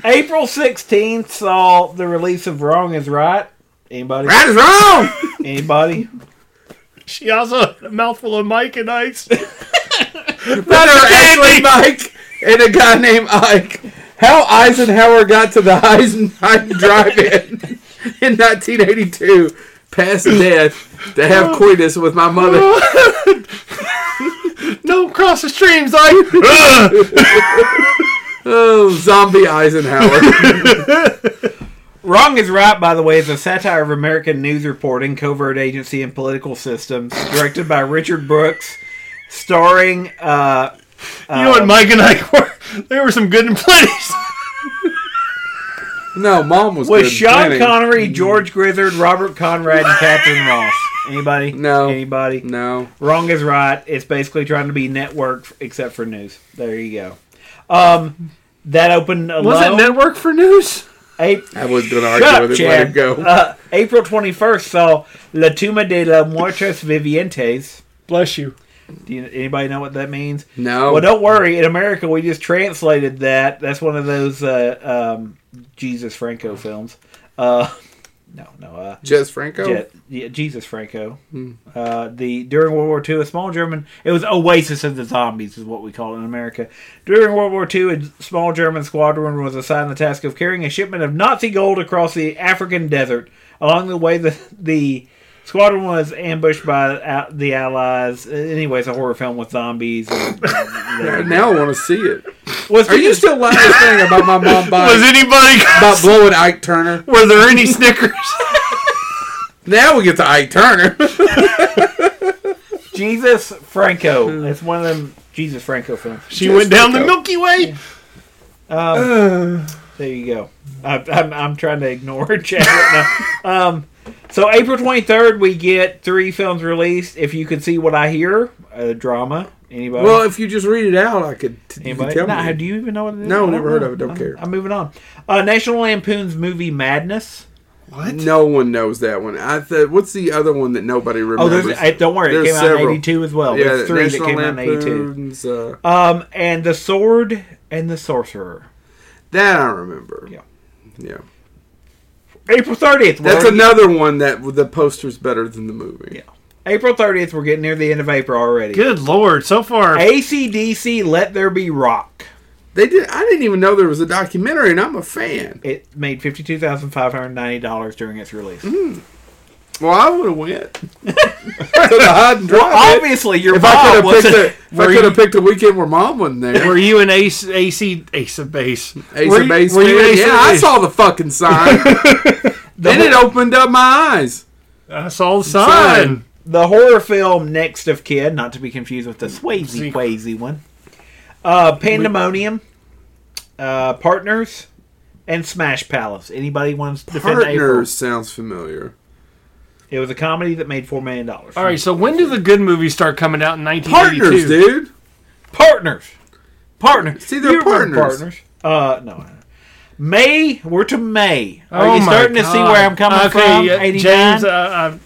April sixteenth saw the release of "Wrong Is Right." Anybody?
right is wrong.
Anybody?
she also had a mouthful of Mike and Ice.
Not her Ashley Mike and a guy named Ike. How Eisenhower got to the Eisenhower Drive-In in 1982, past death, to have coitus with my mother.
Don't cross the streams, Ike.
Oh, zombie Eisenhower.
Wrong is Right, by the way, is a satire of American news reporting, covert agency, and political systems, directed by Richard Brooks, starring uh,
you know what Mike and Ike were? They were some good and plenty.
no, mom was
with
good
Sean
planning.
Connery, George Grizzard, Robert Conrad, and Catherine Ross. Anybody?
No.
Anybody?
No.
Wrong is right. It's basically trying to be network except for news. There you go. Um, that opened alone.
Was it network for news?
Ap-
I was going to
Shut
argue
up,
with it. Let
Chad.
it go.
Uh, April twenty first saw La Tumba de la Muertos Vivientes.
Bless you.
Do you, anybody know what that means?
no.
Well, don't worry. In America, we just translated that. That's one of those uh, um, Jesus Franco films. Uh, no, no. Uh,
Jess Franco? Hmm.
Jet, yeah, Jesus Franco. Uh, the during World War II, a small German. It was Oasis of the Zombies, is what we call it in America. During World War II, a small German squadron was assigned the task of carrying a shipment of Nazi gold across the African desert. Along the way, the the squadron was ambushed by uh, the Allies. Uh, Anyway, it's a horror film with zombies. And,
I now want to see it.
was
Are you still lying to saying about my mom buying,
Was anybody?
about blowing Ike Turner?
Were there any Snickers?
Now we get to Ike Turner.
Jesus
Hmm.
Franco? It's one of them Jesus Franco films.
She
Just
went down the
Franco.
Milky Way.
Um,
Uh,
There you go. I, I'm, I'm trying to ignore Chad right now. Um, so April 23rd, we get three films released. If you can see what I hear, a drama. Anybody?
well, if you just read it out, I could, t- you could
Anybody?
tell
Nah,
me.
do you even know what it is?
No,
I don't
never heard
know.
of it. Don't
I'm-
care.
I'm moving on. Uh, National Lampoon's movie Madness.
what?
No one knows that one. I th- What's the other one that nobody
Oh,
remembers?
there's, I, don't worry.
There's
it came out in
several.
82 as well.
yeah,
there's three that
National
came out in 82.
Lampoon's, uh,
Um, and The Sword and the Sorcerer.
that I remember.
Yeah.
Yeah.
April 30th.
That's
we're-
another one that the poster's better than the movie.
Yeah. April 30th. We're getting near the end of April already.
Good lord! So far,
ACDC, Let There Be Rock.
They did. I didn't even know there was a documentary, and I'm a fan.
It made fifty two thousand five hundred ninety dollars during its release.
Well, I would have went to the hide and drive. it.
Obviously, your
if I
mom
could have
wasn't.
picked, a, if I
Were
could
you-
have picked a weekend where mom wasn't there,
were you an ace, AC, ace of base?
Ace
were
of
you-
Base.
were you
fan.
Ace of
yeah, I
Base?
saw the fucking sign. then it opened up my eyes.
I saw the sign.
the horror film Next of Kin, not to be confused with the Swayze
See.
Quazy one. Uh, Pandemonium, uh, Partners, and Smash Palace. Anybody wants to defend April?
Partners sounds familiar.
It was a comedy that made four million dollars.
All right. So when do the good movies start coming out in 1982?
Partners, dude.
Partners, Partners.
See, they're
You remember
partners.
Uh, no. May, we're to May. Are
Oh
you
my
starting to see
God.
where I'm coming from?
yeah,
89?
James. Uh, uh,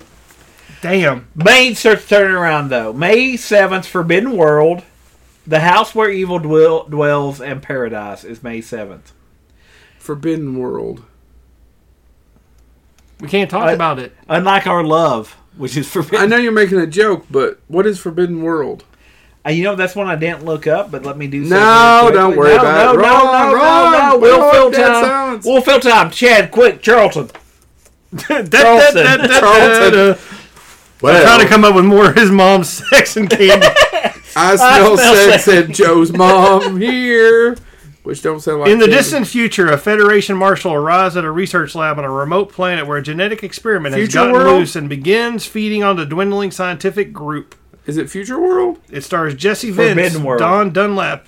damn.
May starts turning around though. May seventh, Forbidden World, The House Where Evil Dwell- Dwells, and Paradise is May seventh.
Forbidden World.
We can't talk
I-
about it.
Unlike our love, which is
I
forbidden.
know you're making a joke, but what is Forbidden World?
Uh, You know, that's one I didn't look up, but let me do so.
No,
really
don't
quickly.
worry
No,
about it.
no,
Wrong,
No, no,
wrong,
no, no. We'll
wrong,
fill
dead
time.
silence.
We'll fill time. Chad, quick, Charlton.
Da- da- da- da- da- da.
Well,
Trying to come up with more of his mom's sex and candy.
I
smell
smell sex
sex.
at Joe's mom here, which don't sound like
In the
candy.
distant future, a Federation marshal arrives at a research lab on a remote planet where a genetic experiment has
Future
gotten
world?
loose and begins feeding on the dwindling scientific group.
Is it Future World?
It stars Jesse Vince,
Forbidden World.
Don Dunlap,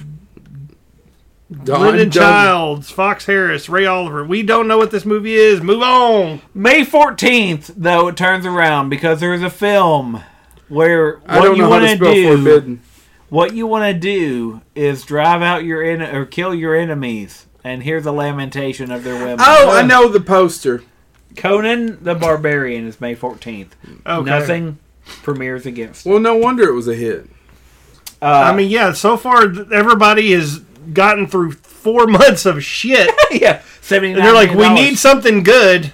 Don
Lyndon
Dun-
Childs, Fox Harris, Ray Oliver. We don't know what this movie is. Move on.
May 14th, though, it turns around because there is a film where what
I don't
you
know how
want
to
to
spell
do,
forbidden.
what you want to do is drive out your en- or kill your enemies and hear the lamentation of their women.
Oh, I know the poster.
Conan the Barbarian is May 14th.
Okay.
Nothing premieres against. it.
Well, no wonder it was a hit.
Uh,
I mean, yeah, so far th- everybody has gotten through four months of shit.
yeah, 79
And they're like, we
million
need
dollars.
something good.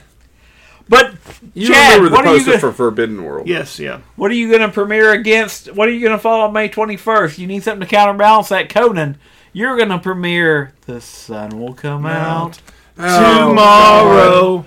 But
You
Chad,
remember the
what are you
poster
gonna-
for Forbidden World?
Yes, yeah.
what are you going to premiere against? What are you going to follow May 21st? You need something to counterbalance that Conan. You're going to premiere The Sun Will Come Out.
Oh, God.
Tomorrow.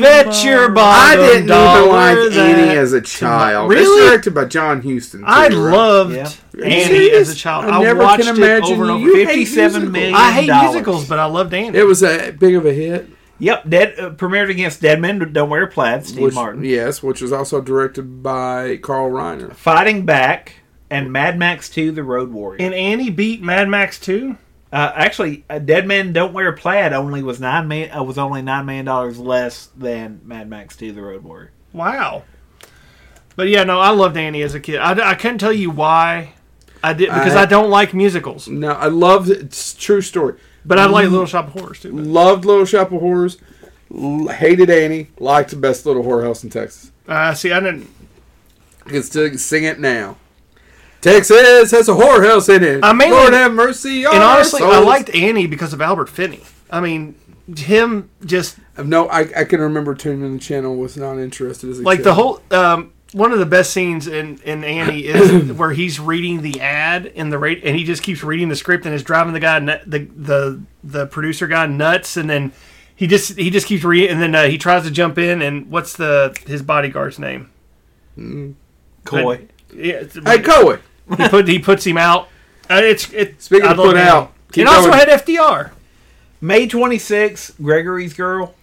Bet your
I
bottom
didn't
dollar
even like
that-
Annie as a child.
Really?
It's directed by John Huston. too,
I
right?
loved
Yeah. Are you
Annie
serious?
as a child.
I
I,
never
watched
can
it
imagine
over and over.
you hate
57
musicals.
million.
I hate
dollars.
musicals, but I loved Annie.
It was that big of a hit.
Yep, dead, uh, premiered against Dead Men Don't Wear Plaid, Steve
which,
Martin.
Yes, which was also directed by Carl Reiner.
Fighting Back and Mad Max 2 The Road Warrior.
and Annie beat Mad Max 2?
uh, actually, uh, Dead Men Don't Wear Plaid only was nine million, uh, was only $9 million dollars less than Mad Max 2 The Road Warrior.
Wow. But yeah, no, I loved Annie as a kid. I, I couldn't tell you why I did because
I-
I, don't like musicals,
No, I loved it's a true story.
but I like Little Shop of Horrors too. but
Loved Little Shop of Horrors. l- Hated Annie. Liked the best little whorehouse in Texas.
Uh, see, I didn't.
I can still sing it now. Texas has a whorehouse in it.
I mainly-
Lord have mercy on
And
our
honestly, I
souls.
liked Annie because of Albert Finney. I mean, him just
No, I, I can remember tuning the channel. Was not interested as a
like
kid.
the whole um, one of the best scenes in, in Annie is where he's reading the ad in the rate and he just keeps reading the script and is driving the guy nut, the the the producer guy nuts and then he just he just keeps reading and then uh, he tries to jump in and what's the his bodyguard's name
Coy.
yeah it's-
Hey, Coey.
he put he puts him out uh, it's it
Speaking
I
of
love
put
Annie.
out, keep
it also
going.
had FDR
May 26th, Gregory's Girl.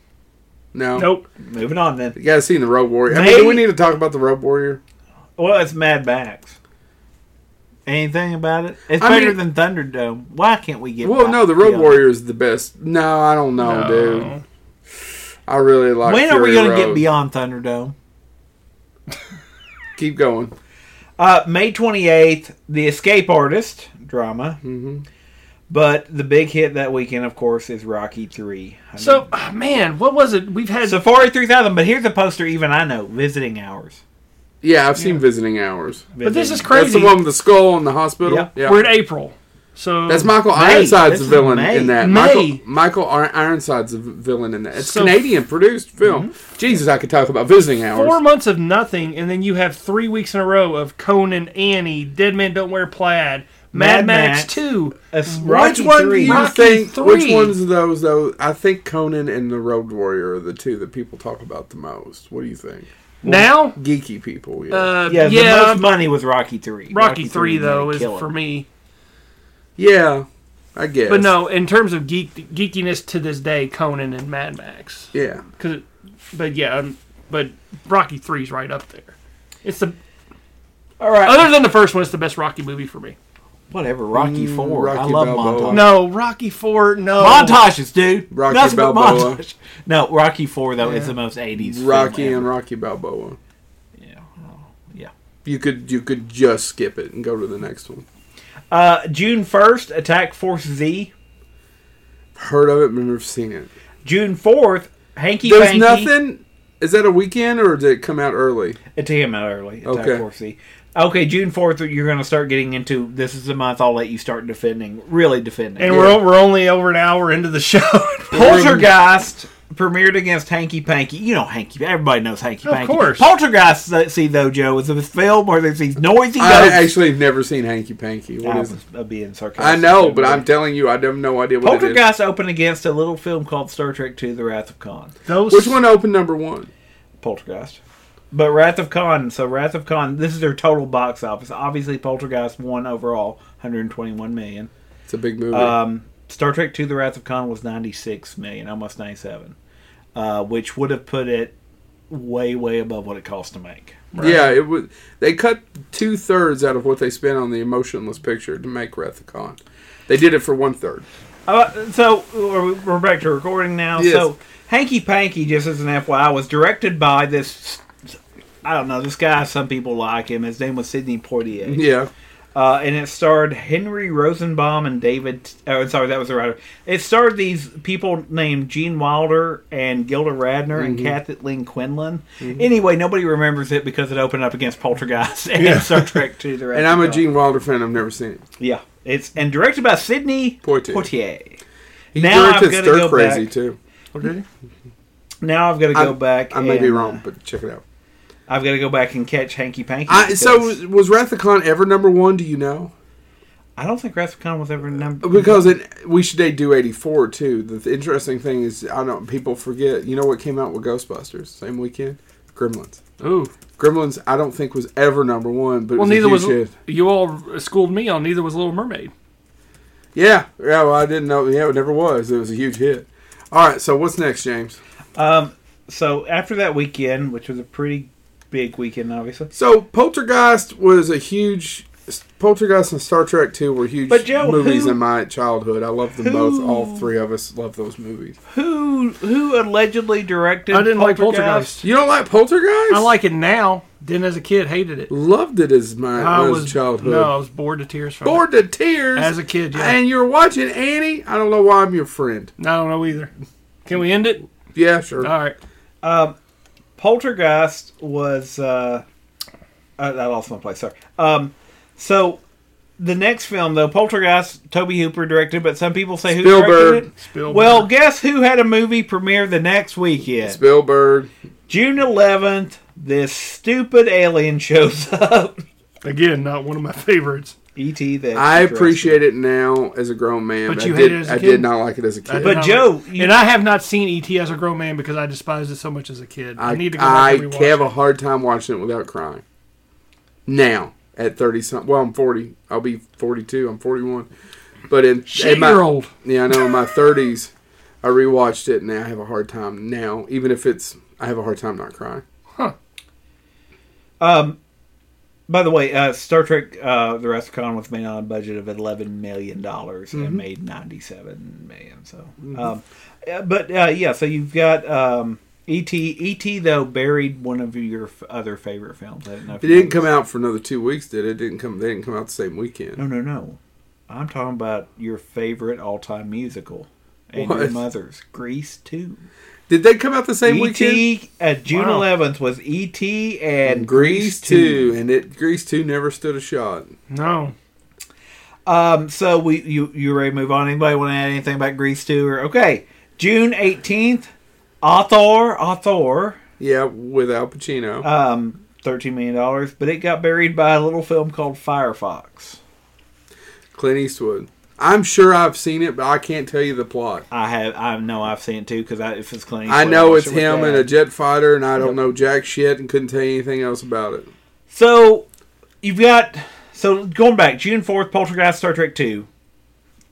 No.
nope
Moving on then.
You guys seen the Road Warrior? I mean,
May-
do we need to talk about the Road Warrior?
Well, it's Mad Max. Anything about it? It's
I
better
mean-
than Thunderdome. Why can't we get
Well,
by-
no, the Road
Yeah.
Warrior is the best. No, I don't know,
No.
Oh, dude. I really like.
When are we
Fury
going to
Road.
get beyond Thunderdome?
Keep going.
Uh, May 28th, The Escape Artist drama.
Mm-hmm.
hmm
But the big hit that weekend, of course, is Rocky 3. I
so ah, man what was it
mean,
we've had
Safari 3000, but here's a poster even I know Visiting Hours.
Yeah, I've seen Visiting Hours.
but
Visiting-
this is
That's
crazy
the one with the skull in the hospital.
Yeah.
we're in April so
That's Michael
May.
Ironside's
This
the
is
villain
May.
in that.
May.
Michael, Michael Ir- Ironside's the v- villain in that. It's
So- Mm-hmm.
Canadian produced film. Jesus, I could talk about Visiting Hours.
four months of nothing, and then you have three weeks in a row of Conan, Annie, Dead Men Don't Wear Plaid,
Mad
Mad, Max,
Max.
Two.
A s-
Which
Uh, Rocky
one do
3.
you
Rocky
think?
three.
Which ones of those though? I think Conan and the Road Warrior are the two that people talk about the most. What do you think?
Now,
Geeky people. Yeah,
uh,
yeah,
yeah,
the most money was Rocky 3.
Rocky, Three
made
though
a
is
killing.
for me.
yeah I guess.
But no, in terms of geek geekiness to this day, Conan and Mad Max.
Yeah.
'Cause- but yeah, um, but Rocky Three's right up there. It's the
All right.
other than the first one, it's the best Rocky movie for me.
Whatever, Rocky
Mm,
4. I
Rocky
love
Balboa.
montages.
No, Rocky Four. No
Montages, dude.
Rocky
Nothing but
Balboa.
montage. No, Rocky 4, though, is the most 80s. film
Rocky and
ever.
Rocky Balboa.
Yeah. yeah.
You could you could just skip it and go to the next one.
Uh, June 1st, Attack Force Z.
Heard of it, but never seen it.
June 4th, Hanky
There's
Panky.
nothing. Is that a weekend or did it come out early?
It came out early. Attack
Okay.
Force Z. Okay, June fourth, you're going to start getting into. This is the month I'll let you start defending, really defending.
And we're, we're only over an hour into the show.
Poltergeist premiered against Hanky Panky. You know Hanky. Everybody knows Hanky
Of
Panky.
course.
Poltergeist uh, see though Joe is a film where there's these noisy
I
ghosts.
actually have never seen Hanky Panky. What
I
is it?
was uh, being sarcastic.
I know, but I'm telling you, I have no idea what it is.
Poltergeist opened against a little film called Star Trek II: The Wrath of Khan.
Those
Which one opened number one?
Poltergeist. But Wrath of Khan, so Wrath of Khan, this is their total box office. Obviously, Poltergeist won overall, 121 million.
It's a big movie.
Um, Star Trek II: The Wrath of Khan was 96 million, almost 97, uh, which would have put it way, way above what it cost to make.
Yeah, it was. They cut two thirds out of what they spent on the emotionless picture to make Rethicon. They did it for one third.
Uh, so we're, we're back to recording now.
Yes.
So Hanky Panky, just as an FYI, was directed by this. I don't know this guy. Some people like him. His name was Sidney Poitier.
Yeah,
uh, and it starred Henry Rosenbaum and David. Oh, sorry, that was the writer. It starred these people named Gene Wilder and Gilda Radner and
Mm-hmm.
Kathleen Quinlan. Anyway, nobody remembers it because it opened up against Poltergeist and Star Trek Two. The Wrath
and I'm
of
a
God.
Gene Wilder fan. I've never seen it.
Yeah, it's and directed by Sidney
Poitier.
Poitier. Now
Directed
I've got to
Stir
go
Crazy
back.
too.
Now I've got to go
I'm-
back.
I may be
and,
wrong,
uh,
but check it out.
I've got to go back and catch Hanky Panky.
I, so
because
was- was Rethicon ever number one? Do you know?
I don't think Wrath of Khan was ever number
Because it, we should they do eighty four too. The, the interesting thing is, I don't people forget. You know what came out with Ghostbusters same weekend? Gremlins.
Ooh.
Gremlins. I don't think was ever number one, but
Well,
it
neither
was
was
a huge hit.
you all schooled me on. Neither was Little Mermaid.
Yeah, yeah. Well, I didn't know. Yeah, it never was. It was a huge hit. All right. So what's next, James?
Um, so after that weekend, which was a pretty big weekend, obviously.
So Poltergeist was a huge. Poltergeist and Star Trek Two were huge
But, Joe,
movies
who-
in my childhood. I loved them both.
who-
All three of us loved those movies.
Who who allegedly directed?
I didn't like Poltergeist.
You don't like Poltergeist?
I like it now. Didn't as a kid hated it.
Loved it as my
I
as
was
childhood.
no, I was bored to tears from
Bored to tears
it. as a kid. Yeah,
And you're watching Annie. I don't know why I'm your friend.
No, I don't know either. Can we end it?
Yeah, sure.
All right.
Um, Poltergeist was. Uh, I, I lost my place. Sorry. Um, so the next film though, Poltergeist, Toby Hooper directed, but some people say who
Spielberg.
directed it.
Spielberg.
Well, guess who had a movie premiere the next weekend?
Spielberg.
June 11th, this stupid alien shows up.
again, not one of my favorites.
E.T. The
I
Extraterrestrial.
appreciate it now as a grown man.
But
But,
you
I
hated
did,
it as a
I
kid?
did not like it as a kid.
did
But
not.
Joe, you-
and I have not seen ET as a grown man because I despised it so much as a kid. I,
I,
need to go
I
back and rewatch.
have
it.
a hard time watching it without crying. Now at thirty something, well, I'm forty. I'll be forty-two. I'm forty-one. But in,
Shit,
in
year
my
old.
yeah, I know in my thirties, I rewatched it and I have a hard time now. Even if it's, I have a hard time not crying.
Um, by the way, uh, Star Trek: uh, The Wrath of Khan was made on a budget of eleven million dollars
Mm-hmm.
and made ninety-seven million. So, um, uh, but uh, yeah, so you've got um, ET. ET though buried one of your f- other favorite films. I didn't know if
It
you
didn't come
noticed.
out for another two weeks, did it? it didn't come. They didn't come out the same weekend.
No, no, no. I'm talking about your favorite all-time musical and your
What?
mother's Grease Two.
Did they come out the same
E
weekend?
ET uh, June
Wow.
11th was ET and
Grease two, and it Grease two never stood a shot.
No,
Um, so we you you ready to move on? Anybody want to add anything about Grease two or okay? June eighteenth, author author,
Yeah, with Al Pacino.
Uh,
um, thirteen million dollars, but it got buried by a little film called Firefox.
Clint Eastwood. I'm sure I've seen it, but I can't tell you the plot.
I have I know I've seen it too because if it's Clint,
I
Eastwood,
know
watched
it's
it with
him
Dad.
and a jet fighter, and I don't know jack shit and couldn't tell you anything else about it.
So you've got so going back June fourth, Poltergeist, Star Trek two,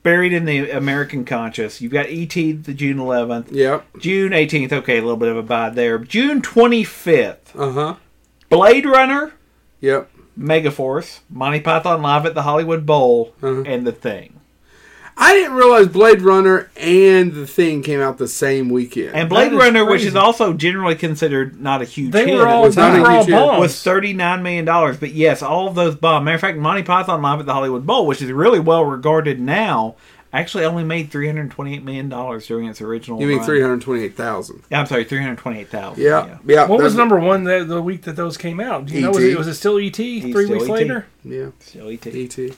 buried in the American conscious. You've got ET the June eleventh,
Yep.
June eighteenth. Okay, a little bit of a bide there. June twenty fifth,
Uh huh.
Blade Runner.
Yep.
Megaforce, Monty Python Live at the Hollywood Bowl,
Uh-huh.
and The Thing.
I didn't realize Blade Runner and The Thing came out the same weekend.
And Blade
is
Runner, which is
crazy.
also generally considered not a huge
they
hit,
were all
was
they
not a
were all
huge hit.
bombs.
was thirty nine million dollars. But yes, all of those bombed. Matter of fact, Monty Python Live at the Hollywood Bowl, which is really well regarded now, actually only made three hundred twenty-eight million dollars during its original.
You mean
run.
three hundred twenty-eight thousand?
Yeah, I'm sorry, three hundred twenty-eight thousand.
Yeah, yeah.
What was
that's-
number one the, the week that those came out? Do you know? Was
E.T..
it, was it
E
still ET? Three
still E
weeks
E.T..
later.
Yeah, E
So he takes-
E.T.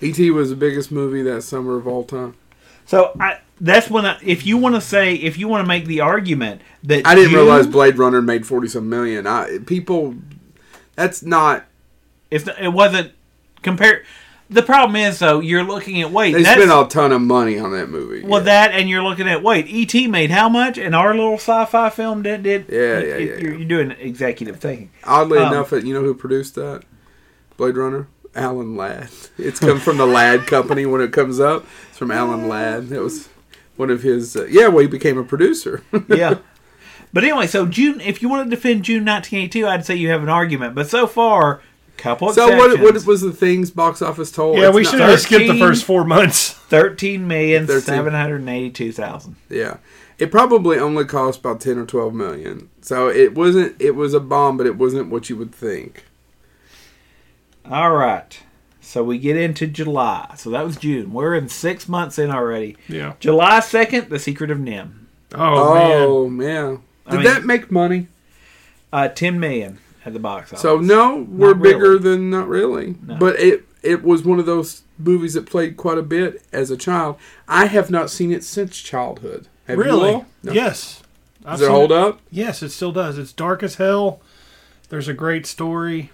E.T. was the biggest movie that summer of all time.
So I, that's when I, if you want to say if you want to make the argument that
I didn't
you-
realize Blade Runner made forty some million. I people, that's not.
it's not- it wasn't compared. The problem is though you're looking at wait
They
that's
spent a ton of money on that movie.
well
yeah.
that and you're looking at wait ET made how much and our little sci-fi film did did
Yeah, yeah,
it-
yeah,
you're,
yeah.
you're doing executive thinking.
Oddly
um,
enough, you know who produced that? Blade Runner. Alan Ladd. It's come from the Ladd Company when it comes up. It's from Alan Ladd. That was one of his. Uh, yeah, well, he became a producer.
yeah. But anyway, so June. If you want to defend June 1982, I'd say you have an argument. But so far, couple
so what?
exceptions.
What was the things box office
Oh,
toll?
yeah,
It's
we
not-
should have skipped the
13.
first four months.
Thirteen million
13.
seven hundred eighty-two thousand.
Yeah. It probably only cost about 10 or 12 million. So it wasn't it was a bomb but it wasn't what you would think.
All right. So we get into July. So that was June. We're in six months in already.
Yeah.
July second, The Secret of Nim.
Oh,
Oh, man.
I
Did
mean-
that make money?
Uh, Ten million at the box office.
So no, we're
really.
bigger than not really. But it it was one of those movies that played quite a bit as a child. I have not seen it since childhood. Have you
Really?
all? No.
Yes. I've
Does it
seen
hold up?
Yes, it still does. It's dark as hell. There's a great story.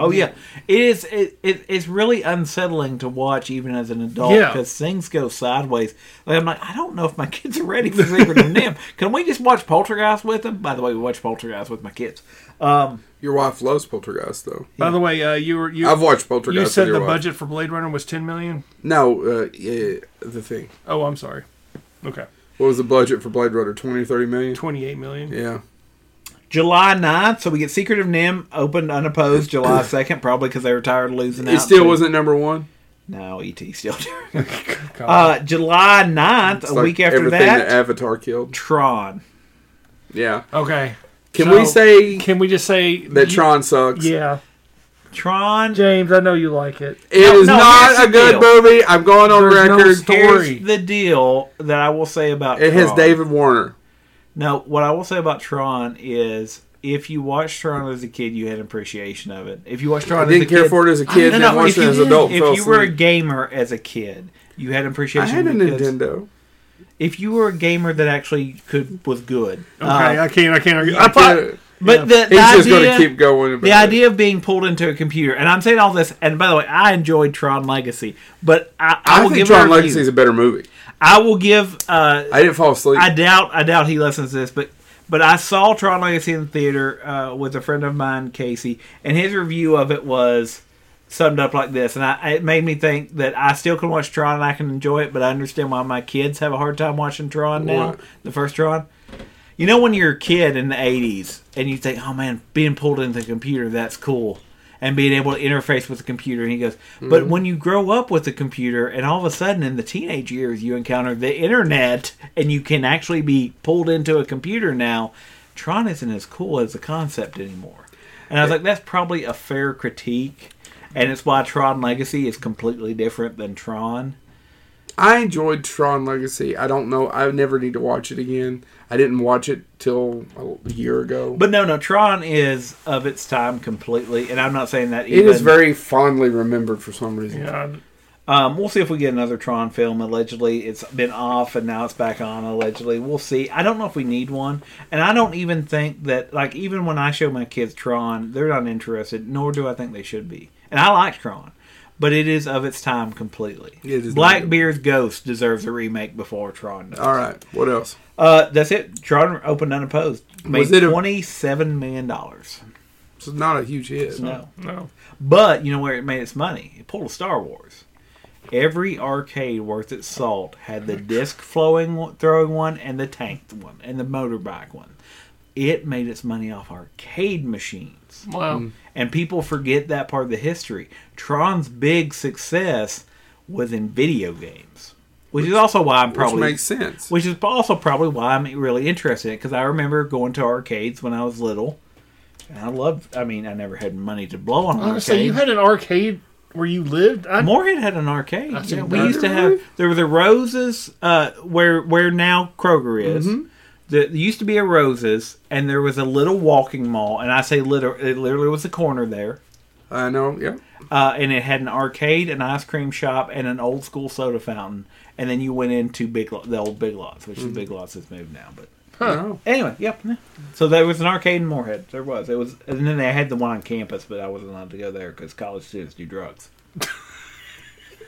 oh yeah, it is. It, it, it's really unsettling to watch even as an adult
Yeah.
because things go sideways. Like I'm like, I don't know if my kids are ready for Secret of Nim. Can we just watch Poltergeist with them? By the way, we watch Poltergeist with my kids. Um,
Your wife loves Poltergeist though.
By the way, uh, you were you
I've watched Poltergeist.
you
with
said
your
the
wife.
budget for Blade Runner was 10 million.
No, uh, yeah, the thing.
Oh, I'm sorry. Okay,
What was the budget for Blade Runner? 20, 30 million?
28 million.
Yeah.
July 9th, so we get Secret of Nim opened unopposed July 2nd, probably because they were tired of losing out.
It still
to-
wasn't number one.
No, ET still doing. uh, July 9th, a
It's like
week after
everything
that,
Avatar killed.
Tron.
Yeah.
Okay.
Can
So,
we say
Can we just say
that
you-
Tron sucks?
Yeah,
Tron.
James, I know you like it.
It
No,
is
no, here's
not
the
a good
deal.
movie. I'm going on
There's no
record.
story.
Here's the deal that I will say about
it has
Tron.
David Warner.
No, what I will say about Tron is if you watched Tron as a kid, you had an appreciation of it. If you watched Tron
I
as a
didn't care
kid,
for it as a kid,
No,
and
no,
then watched
if
it
you
as an
did-
adult. and
If
fell
you were a
asleep.
gamer as a kid, you had
I
appreciation.
had a
because
Nintendo.
If you were a gamer that actually could was good,
Okay,
uh,
I can't. I can't argue.
I
I thought,
can't-
but the, the
He's just
idea
going to keep going. About
the
it.
idea of being pulled into a computer, and I'm saying all this. And by the way, I enjoyed Tron Legacy, but I, I,
I,
will
think
give
Tron
our
Legacy is
Legacy.
a better movie.
I will give. Uh,
I didn't fall asleep.
I doubt. I doubt he listens to this, but but I saw Tron Legacy in the theater uh, with a friend of mine, Casey, and his review of it was summed up like this, and I, it made me think that I still can watch Tron and I can enjoy it, but I understand why my kids have a hard time watching Tron now,
What?
the first Tron. You know, when you're a kid in the 80s and you think, oh man, being pulled into the computer, that's cool. And being able to interface with the computer. And he goes, but when you grow up with the computer and all of a sudden in the teenage years you encounter the internet and you can actually be pulled into a computer now, Tron isn't as cool as a concept anymore. And I was like, that's probably a fair critique. And it's why Tron Legacy is completely different than Tron.
I enjoyed Tron Legacy. I don't know. I never need to watch it again. I didn't watch it till a year ago.
But no, no, Tron is of its time completely. And I'm not saying that
it
even.
is very fondly remembered for some reason.
Yeah,
Um, we'll see if we get another Tron film. Allegedly, it's been off and now it's back on. Allegedly, we'll see. I don't know if we need one, and I don't even think that like even when I show my kids Tron, they're not interested. Nor do I think they should be. And I like Tron, but it is of its time completely.
It is not.
Blackbeard's Ghost deserves a remake before Tron. Does.
All right. What else?
Uh, that's it. Tron opened unopposed. Made
Was it a-
twenty-seven million dollars.
It's not a huge hit.
No.
no.
But you know where it made its money? It pulled a Star Wars. Every arcade worth its salt had the disc flowing one- throwing one and the tanked one and the motorbike one. It made its money off arcade machines.
Wow.
Mm.
And people forget that part of the history. Tron's big success was in video games. Which is also why I'm probably
Which makes sense.
which is also probably why I'm really interested in it because I remember going to arcades when I was little, and I loved. I mean, I never had money to blow on an
I was gonna say,
arcade.
you had an arcade
where you lived? I,
Moorhead had an arcade.
That's
Yeah,
in
we used to
Moorhead.
have there were the Roses, uh, where where now Kroger is. The- there used to be a Roses, and there was a little walking mall, and I say little, it literally was a corner there,
I know. Yeah.
uh, and it had an arcade, an ice cream shop, and an old school soda fountain, and then you went into Big Lo- the old Big Lots, which is Big Lots has moved now, but.
I know.
Anyway, yep. yeah. So there was an arcade in Moorhead. There was. It was, and then they had the one on campus, but I wasn't allowed to go there because college students do drugs.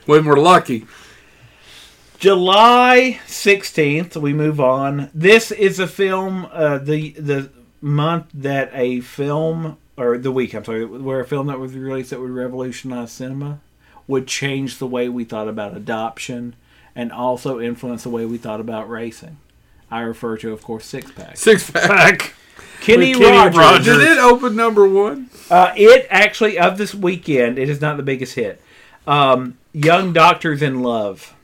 When we're lucky.
July 16th, we move on. This is a film, uh, the the month that a film, or the week, I'm sorry, where a film that was released that would revolutionize cinema would change the way we thought about adoption and also influence the way we thought about racing. I refer to, of course, Six Pack.
Six pack.
Heck.
Kenny,
Kenny
Rogers.
Rogers.
Did it open number one?
Uh, it actually, of this weekend, it is not the biggest hit. Um, Young Doctors in Love.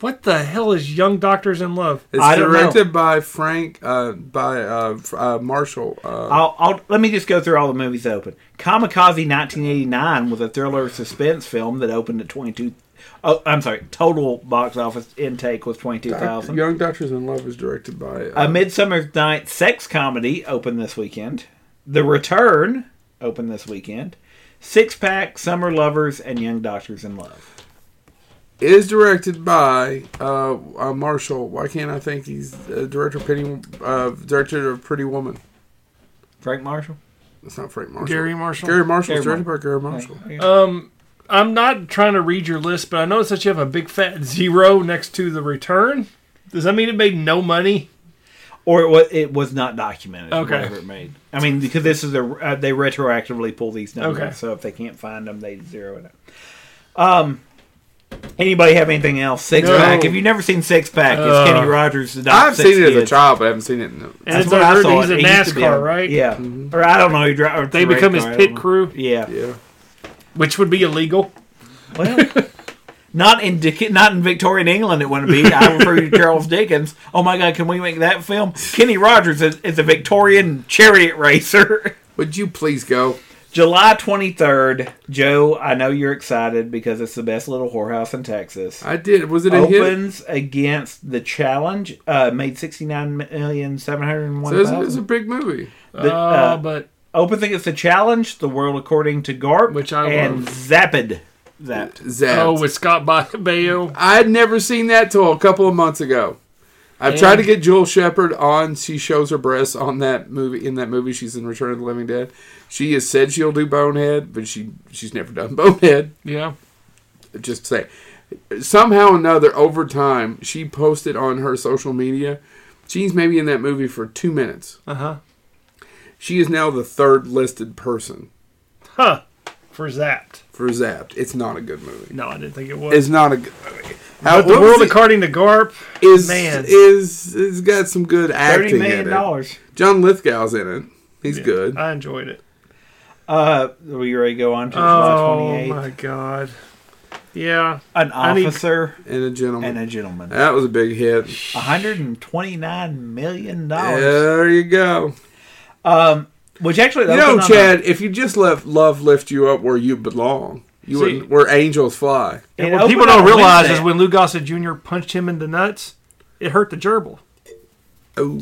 What the hell is Young Doctors in Love?
It's
I don't know.
directed by Frank, uh, by uh, F- uh, Marshall. Uh,
I'll, I'll let me just go through all the movies that opened. Kamikaze 1989 was a thriller suspense film that opened at 22. Oh, I'm sorry. Total box office intake was 22,000.
Young Doctors in Love is directed by. Uh,
A Midsummer Night sex comedy opened this weekend. The Return opened this weekend. Six Pack, Summer Lovers, and Young Doctors in Love.
is directed by uh, uh, Marshall. Why can't I think he's uh, director of Pretty uh, director of Pretty Woman?
Frank Marshall.
It's not Frank Marshall.
Gary Marshall.
Gary Marshall is
Gary
directed by Gary Marshall.
Um, I'm not trying to read your list, but I noticed that you have a big fat zero next to the return. Does that mean it made no money?
or it was, it was not documented.
Okay.
whatever it made. I mean, because this is a uh, they retroactively pull these numbers,
Okay.
so if they can't find them, they zero it out. Um, anybody have anything else? Six
No.
pack. If you've never seen Six Pack, it's Kenny Rogers. The
I've seen it as a child, but I haven't seen it. in the
Uh, And
That's
it's
what
I
I
heard
saw.
that he's
it.
a
It used to be on-
NASCAR, right?
Yeah,
Mm-hmm.
or I don't know. He dri- or
They
race
become his
car, I don't
pit
know.
crew,
Yeah,
Yeah.
which would be illegal.
well, not in Dick- not in Victorian England. It wouldn't be. I refer to Charles Dickens. Oh my God, can we make that film? Kenny Rogers is, is a Victorian chariot racer.
Would you please go?
July 23rd, Joe, I know you're excited because it's the best little whorehouse in Texas.
I did. Was it a hit?
Opens against the challenge. Uh, made sixty nine million seven hundred and one
So it's, it's a
thousand.
big movie.
The,
uh,
uh,
but
Opens against the challenge. The world according to Garp,
Which I
and
love.
Zapped. Zapped.
Zapped.
oh, with Scott Ba- Baio.
I had never seen that till a couple of months ago. I've tried to get Jewel Shepard on. She shows her breasts on that movie. In that movie, she's in Return of the Living Dead. She has said she'll do Bonehead, but she she's never done Bonehead.
Yeah,
Just say somehow or another over time she posted on her social media. She's maybe in that movie for two minutes.
uh
Uh-huh.
huh.
She is now the third listed person
Huh. For Zapped.
for Zapped. It's not a good movie.
No, I didn't think it was.
It's not a good movie. How,
but the
what was
world
it?
according to Garp.
is
Man.
is it's got some good acting.
Thirty million
in it.
dollars.
John Lithgow's in it. He's good.
I enjoyed it.
Uh, we already go on to July
Oh
twenty eighth.
my god. Yeah.
An
I need-
officer
and a gentleman.
and a gentleman.
that was a big hit.
One hundred and twenty nine million dollars.
There you go.
Um, which actually
You
opened
know,
on the-
Chad, if you just let love lift you up where you belong, you
See-
would where angels fly.
It
And what
opened
people
on
don't realize
Wednesday.
is when Lou Gossett Jr. punched him in the nuts, it hurt the gerbil.
Oh,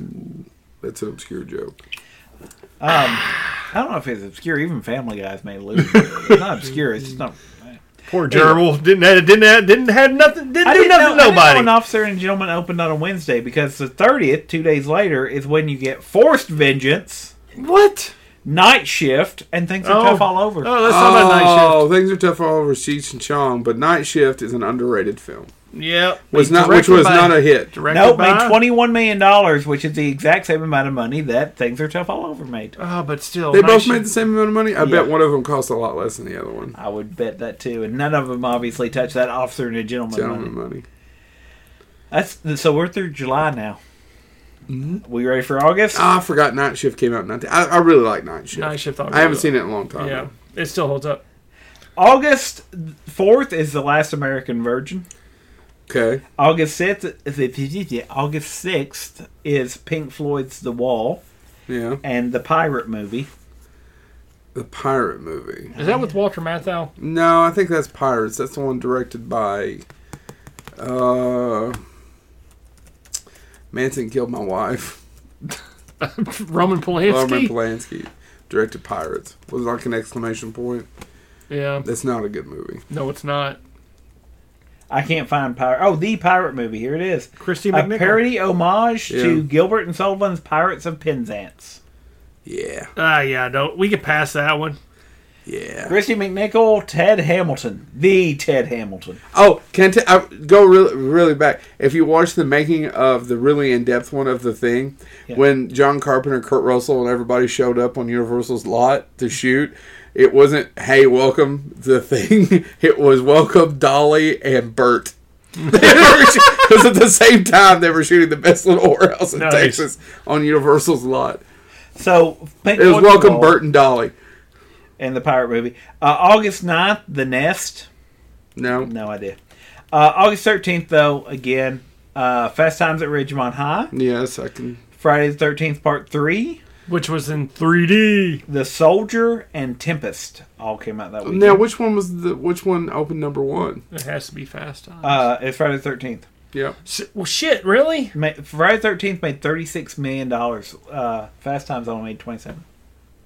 that's an obscure joke.
I don't know if it's obscure. Even Family Guy's made a little bit. of it. It's not obscure. It's just not.
Poor gerbil didn't have, didn't have, didn't have nothing didn't
I
do
didn't,
nothing to
know, I didn't know
nobody.
an officer and gentleman opened on a Wednesday because the thirtieth, two days later, is when you get forced vengeance,
what?
night shift, and things are
Oh.
tough all over.
Oh, that's not about night
Oh, things are tough all over Cheech and Chong, but Night Shift is an underrated film.
shift. Yeah.
Oh. Was not which
directed
was
by-
not a hit.
Directed
nope,
by-
made twenty one million dollars, which is the exact same amount of money that things are tough all over made.
Oh, but still.
They
night
both
shift.
made the same amount of money. I
Yeah.
bet one of them cost a lot less than the other one.
I would bet that too, and none of them obviously touched that officer and a gentleman. money.
Gentleman money.
That's so we're through July now.
Mm-hmm.
We ready for August?
Uh,
Ah, I forgot Night Shift came out. in 19 I, I really like Night Shift.
Night shift.
I haven't seen it in a long time.
Yeah, it still holds up.
August fourth is the Last American Virgin.
Okay.
August sixth, August sixth is Pink Floyd's The Wall
Yeah.
and the Pirate movie.
the pirate movie.
Is that with Walter Matthau?
No, I think that's Pirates. That's the one directed by uh Manson killed my wife.
Roman Polanski.
Roman Polanski directed Pirates. Was like an exclamation point.
yeah.
That's not a good movie.
No, it's not.
I can't find pirate. Oh, the pirate movie. Here it is.
Christy
A
McNichol.
parody homage
Yeah.
to Gilbert and Sullivan's Pirates of Penzance.
Yeah.
Ah, yeah. Don't we could pass that one?
Yeah.
Christy McNichol, Ted Hamilton, the Ted Hamilton.
Oh, can I t- I, go really, really back? If you watch the making of the really in depth one of the thing,
Yeah.
when John Carpenter, Kurt Russell, and everybody showed up on Universal's lot to shoot, it wasn't "Hey, welcome the thing." It was "Welcome Dolly and Bert." Because at the same time, they were shooting the best little whorehouse in
Nice.
Texas on Universal's lot.
So Pink
It was
Floyd
"Welcome
Wall
Bert and Dolly."
in the pirate movie. Uh, August 9th, The Nest.
No,
No idea. Uh, August 13th, though, again, uh, Fast Times at Ridgemont High.
yes, I can.
Friday the 13th, Part 3.
Which was in 3D.
The Soldier and Tempest all came out that weekend.
Now, which one was the which one opened number one?
It has to be Fast Times.
uh, it's Friday the 13th.
Yeah.
S- well, shit, really?
Ma- Friday the 13th made $36 million. Uh, Fast Times only made 27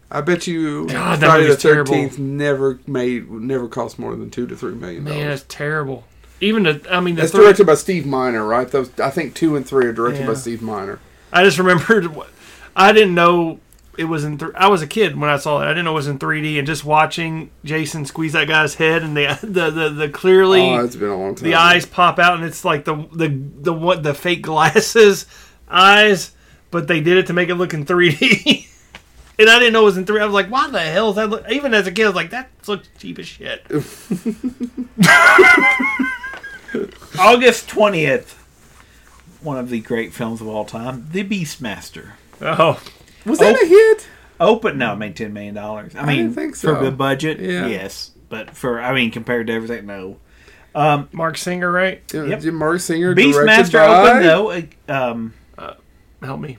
I bet you
God, that
Friday the
movie's terrible.
Thirteenth never made never cost more than two to three million
Man,
dollars.
that's terrible. Even the, I mean, the
That's
third-
directed by Steve Miner, right? Those I think two and three are directed by
Yeah.
Steve Miner.
I just remembered. what- I didn't know it was in. Th- I was a kid when I saw it. I didn't know it was in 3D, and just watching Jason squeeze that guy's head and the the the, the clearly
Oh, it's been a long time.
the eyes pop out, and it's like the the the what the fake glasses eyes, but they did it to make it look in 3D. And I didn't know it was in three. I was like, "Why the hell is that?" Look? Even as a kid, I was like, "That looks cheap as shit."
August 20th, one of the great films of all time, The Beastmaster.
Oh,
Was that a hit?
Open no, it made ten million dollars. I mean,
didn't think so.
for the budget,
Yeah.
yes, but for I mean, compared to everything, no.
Mark Singer, right?
Yep.
Yep.
Did Mark Singer directed
Beastmaster
by
opened though. uh, Um,
Help me,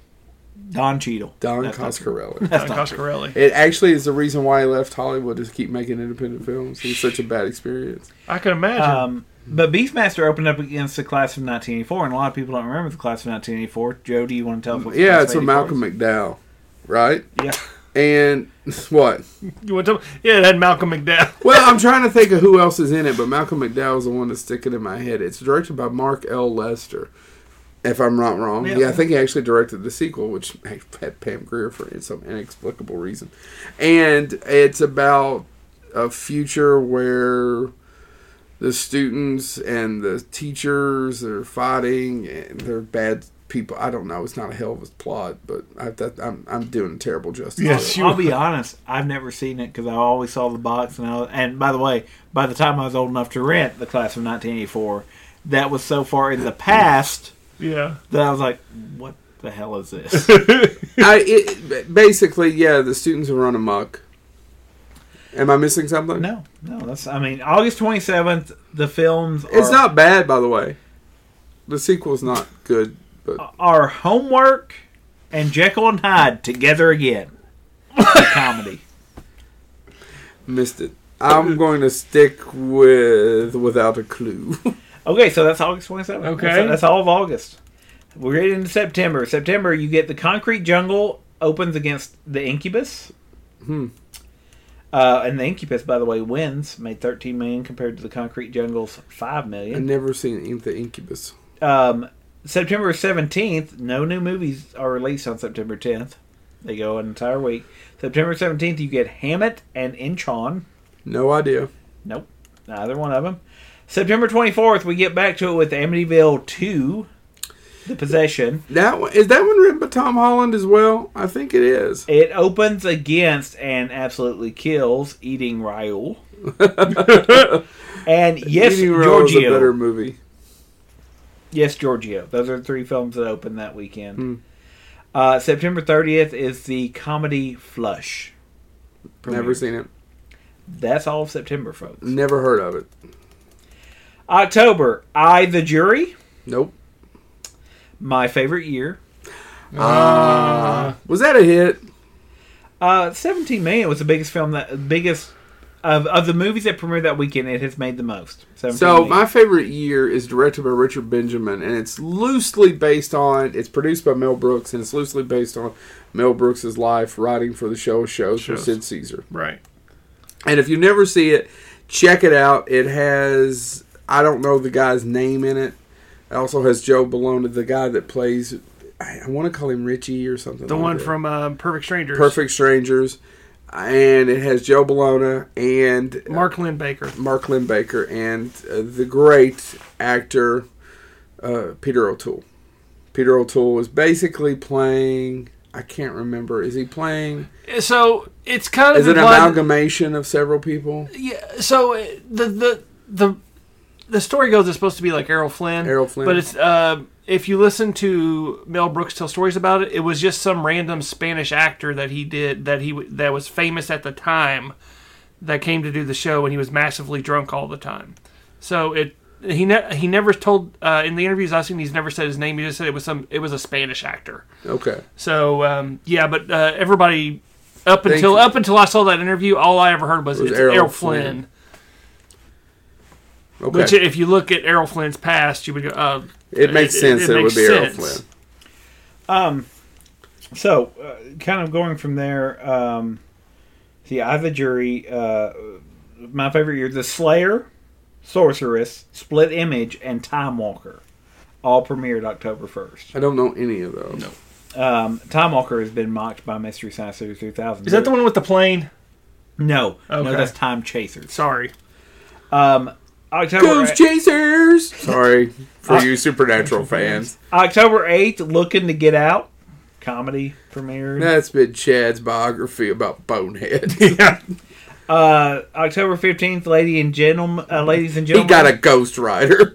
Don Cheadle,
Don
That's not true.
Coscarelli.
Don Coscarelli.
it actually is the reason why he left Hollywood is to keep making independent films. It was such a bad experience.
I can imagine.
Um, but Beastmaster opened up against the class of 1984, and a lot of people don't remember the class of 1984. Joe, do you want to tell us? What the
Yeah,
class
it's
of
with
84
Malcolm McDowell, right?
is? Yeah,
And what?
you want to? Yeah, it had Malcolm McDowell.
Well, I'm trying to think of who else is in it, but Malcolm McDowell's the one that's sticking in my head. It's directed by Mark L. Lester, if I'm not wrong. Yeah,
Yeah.
I think he actually directed the sequel, which had Pam Grier for some inexplicable reason. And it's about a future where the students and the teachers are fighting and they're bad people. I don't know. It's not a hell of a plot, but I, that, I'm, I'm doing terrible justice.
Yes,
I'll be honest. I've never seen it because I always saw the box, and I was, and by the way, by the time I was old enough to rent the class of 1984, that was so far in the past.
Yeah.
that I was like, what the hell is this?
I it, basically yeah, the students will run amok. Am I missing something?
no, no, that's I mean August twenty seventh, the films are,
It's not bad, by the way. The sequel's not good, but
are homework and Jekyll and Hyde together again. The comedy.
missed it. I'm going to stick with without a clue.
Okay, so that's August twenty seventh.
Okay.
That's, that's all of August. We're getting into September. September you get the concrete jungle opens against the incubus.
Hmm.
Uh, and the incubus, by the way, wins, made thirteen million compared to the concrete jungle's five
I've
million.
never seen In- the Incubus.
um, September 17th, no new movies are released on September 10th. They go an entire week. September 17th, you get Hammett and Inchon.
No idea.
Nope, neither one of them. September 24th, we get back to it with Amityville 2, The Possession.
That one is that one written by Tom Holland as well. I think it is.
It opens against and absolutely kills Eating Raoul. and Yes,
Meeting Row is a
Giorgio.
better movie.
Yes, Giorgio. Those are the three films that opened that weekend.
Hmm.
Uh, September 30th is the comedy Flush.
Never
premiere.
seen Mm. it.
That's all of September, folks.
Never heard of it.
October, I the Jury,
Nope.
my favorite year.
Ah, was that a hit?
Uh, 17 Million was the biggest film that biggest of of the movies that premiered that weekend. It has made the most. 17
So
million.
my favorite year is directed by Richard Benjamin, and it's loosely based on. It's produced by Mel Brooks, and it's loosely based on Mel Brooks's life writing for the show of shows, for
Shows.
Sid Caesar.
Right.
And if you never see it, check it out. It has I don't know the guy's name in it. It also has Joe Bologna, the guy that plays. I want to call him Richie or something.
The
like
one
that.
from uh, Perfect Strangers.
Perfect Strangers, and it has Joe Bologna and
Mark Lynn Baker.
Mark Limbaker and uh, the great actor uh, Peter O'Toole. Peter O'Toole is basically playing. I can't remember. Is he playing?
So it's kind of
Is it an
implied-
amalgamation of several people?
yeah, so uh, the the the the story goes it's supposed to be like Errol Flynn,
Errol Flynn.
but it's uh, if you listen to Mel Brooks tell stories about it, it was just some random Spanish actor that he did that he w- that was famous at the time that came to do the show, and he was massively drunk all the time. So it he ne- he never told uh, in the interviews I've seen he's never said his name. He just said it was some it was a Spanish actor.
Okay.
So um, yeah, but uh, everybody up
Thank
until
you.
up until I saw that interview, all I ever heard was,
It was
it's
Errol
Errol,
Flynn.
Flynn.
Okay.
Which, if you look at Errol Flynn's past, you would go, oh,
it makes
it-
sense.
it
that It, would
makes
be Errol
sense.
Flynn.
Um, so uh, kind of going from there. Um, see, I have a jury. Uh, my favorite year: The Slayer, Sorceress, Split Image, and Time Walker, all premiered October first.
I don't know any of those. No.
Um, Time Walker has been mocked by Mystery Science Theater 3000.
is that the one with the plane?
No, no,
Okay.
that's Time Chasers.
Sorry,
Um, October
Ghost Chasers. Sorry
Uh,
for you Supernatural fans.
October eighth, looking to get out. Comedy premiered.
That's been Chad's biography about Bonehead.
Uh, October fifteenth, lady and gentlemen, uh, ladies and
he
gentlemen.
got a Ghost Rider,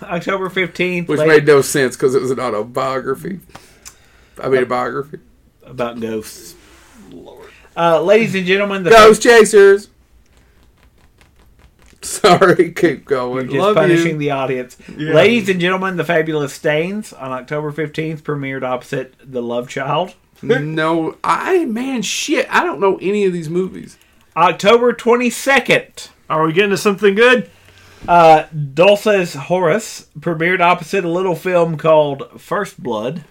October fifteenth,
which made no sense because it was an autobiography. I mean, a biography.
about ghosts. Uh, ladies and gentlemen, the
Ghost Chasers. Sorry, keep going.
just
Love
punishing
you.
the audience. Ladies and gentlemen, the fabulous Stains on October fifteenth premiered opposite The Love Child.
no, I man, shit. I don't know any of these movies.
October twenty second,
Are we getting to something good?
uh, Dulce's Horace premiered opposite a little film called First Blood.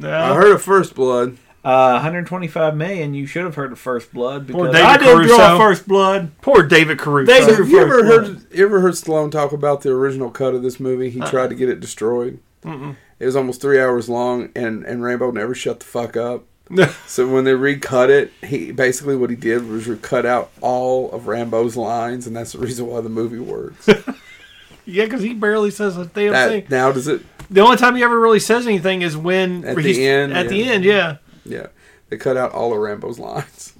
Uh,
I heard of First Blood.
Uh, 125 million. You should have heard of First Blood because
David
I didn't draw
Caruso.
First Blood.
Poor David Caruso.
They-
So, have you
First
ever
Blood.
heard you ever heard Stallone talk about the original cut of this movie? He tried to get it destroyed. It was almost three hours long, and and Rambo never shut the fuck up. so when they recut it, he basically what he did was recut out all of Rambo's lines, and that's the reason why the movie works.
yeah, because he barely says a damn
that
thing.
now does it?
The only time he ever really says anything is when
At the
he's-
end,
At the
yeah.
end, yeah.
Yeah, they cut out all of Rambo's lines.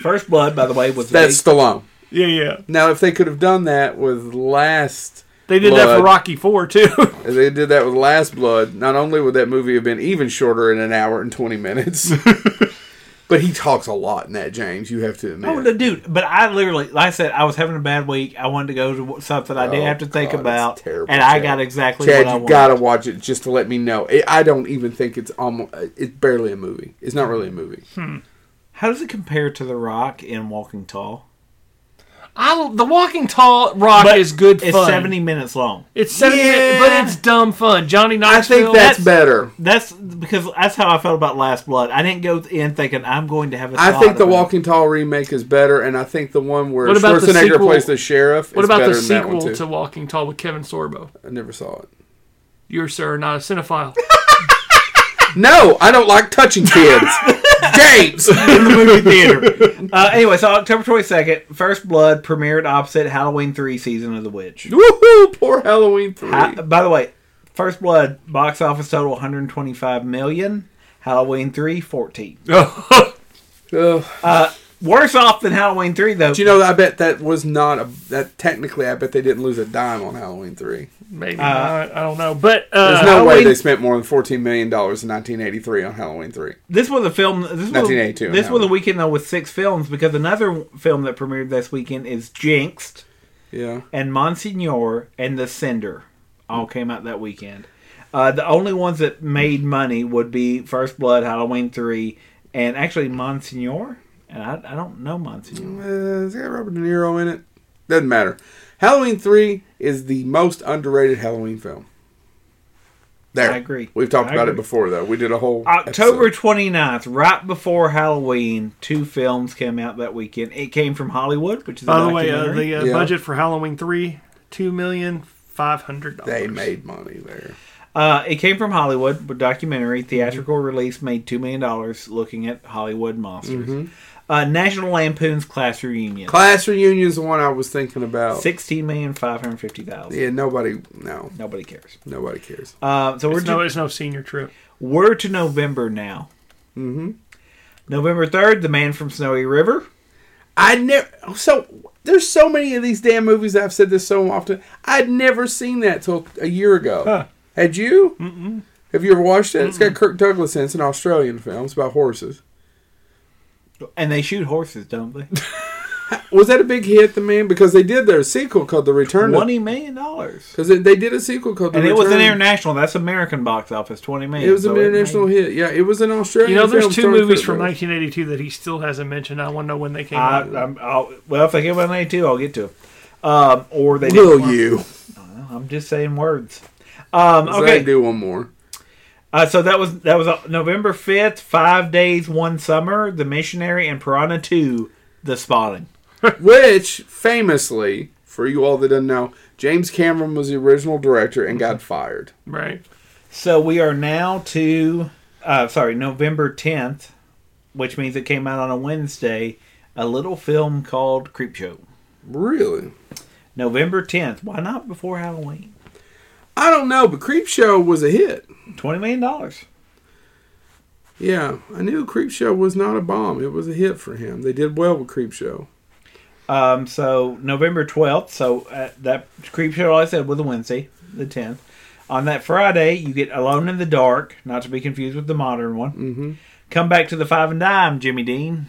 First Blood, by the way, was
That's Stallone.
Yeah, yeah.
Now, if they could have done that with Last,
They did that
Blood.
for Rocky Four too.
if they did that with Last Blood, not only would that movie have been even shorter in an hour and twenty minutes, but he talks a lot in that. James, you have to admit.
Oh, no, dude! But I literally, like I said, I was having a bad week. I wanted to go to something I did
Oh,
have to think
God, it's
about,
terrible,
and I
Chad.
got exactly what
Chad,
I
you
wanted.
gotta watch it just to let me know. I I don't even think it's almost. It's barely a movie. It's not really a movie.
How does it compare to The Rock in Walking Tall?
I the Walking Tall Rock is good
It's
fun.
seventy minutes long.
It's seventy,
Yeah.
but it's dumb fun. Johnny
I
Knoxville.
think that's better.
That's because that's how I felt about Last Blood. I didn't go in thinking I'm going to have a.
I
thought
think the
about
Walking Tall remake is better, and I think the one where
What about the
Schwarzenegger
sequel-
plays the sheriff.
What
is
about
better
the
than that one
sequel
too.
to Walking Tall with Kevin Sorbo?
I never saw it.
You're sir, not a cinephile.
No, I don't like touching kids. James.
in the movie theater. uh, anyway, so October twenty second, First Blood premiered opposite Halloween three, Season of the Witch.
Woohoo! Poor Halloween three.
I, by the way, First Blood box office total 125 million. Halloween 3, 14.
Ugh.
Worse off than Halloween 3, though.
Do you know? I bet that was not a that. Technically, I bet they didn't lose a dime on Halloween three.
Maybe
Uh,
not. I don't know. But uh,
There's no way
Halloween-
they spent more than fourteen million dollars in 1983 on Halloween three.
this was a film. This was, This
1982 on
was a
Halloween.
weekend, though, with six films because another film that premiered this weekend is Jinxed
Yeah.
and Monsignor and The Sender. All came out that weekend. Uh, the only ones that made money would be First Blood, Halloween 3, and actually Monsignor. And I, I don't know Monsignor.
Uh, it's got Robert De Niro in it. Doesn't matter. Halloween 3 is the most underrated Halloween film. There.
I agree.
We've talked
I
about it
agree.
before, though. We did a whole.
October
episode.
29th, right before Halloween, two films came out that weekend. It came from Hollywood, which is
By
a
the way, uh,
documentary.
the uh,
Yeah.
budget for Halloween three two million five hundred dollars.
They made money there.
Uh, it came from Hollywood, but documentary theatrical
Mm-hmm.
release made two million dollars, looking at Hollywood monsters.
Mm-hmm.
Uh, National Lampoon's Class Reunion,
Class reunion is the one I was thinking about.
sixteen million five hundred fifty thousand.
Yeah, nobody. No,
Nobody cares.
nobody cares.
Uh, so we're
It's
to,
no, it's no senior trip.
we're to November now. Mm-hmm. November third, The Man from Snowy River.
I never. So there's so many of these damn movies. I've said this so often. I'd never seen that till a year ago. Had you? Mm-mm. Have you ever watched it? It's got Kirk Douglas in. it. It's an Australian film. It's about horses.
And they shoot horses, don't they?
Was that a big hit, the man? Because they did their sequel called The Return.
Twenty million dollars.
Because they did a sequel called The
And it
Return.
was an international. That's American box office. Twenty million.
It was
so
an
made-
international hit. Yeah, it was an Australian.
You know, there's
film
two
starring
movies
Kirk
from
Douglas.
1982 that he still hasn't mentioned. I want to know when they came
I,
out.
I'm, I'll, well, if I get one too, I'll get to them. Um, or they didn't
Will
work.
you?
I'm just saying words. Um,
So okay.
okay,
do one more.
uh, so that was that was uh, November fifth, five days, one summer. The Missionary and Piranha Two, The Spawning.
Which, famously, for you all that do not know, James Cameron was the original director and got fired.
right.
So we are now to, uh, sorry, November tenth, which means it came out on a Wednesday. A little film called Creepshow.
Really?
November tenth. Why not before Halloween?
I don't know, but Creepshow was a hit.
Twenty million dollars.
Yeah, I knew Creepshow was not a bomb. It was a hit for him. They did well with Creepshow.
Um, so November twelfth. So uh, that creep show, like I said, was a Wednesday, the tenth. On that Friday, you get Alone in the Dark, not to be confused with the modern one. Mm-hmm. Come back to the Five and Dime, Jimmy Dean.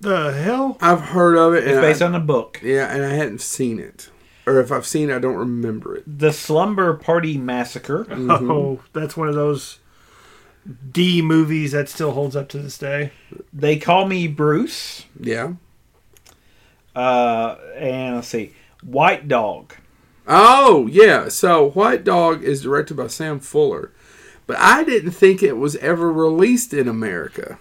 The hell?
I've heard of it.
It's
And
based
I,
on a book.
yeah, and I hadn't seen it. Or if I've seen it, I don't remember it.
The Slumber Party Massacre.
Mm-hmm.
Oh, that's one of those D movies that still holds up to this day.
They Call Me Bruce.
Yeah.
Uh, and let's see, White Dog.
Oh, yeah. So White Dog is directed by Sam Fuller. But I didn't think it was ever released in America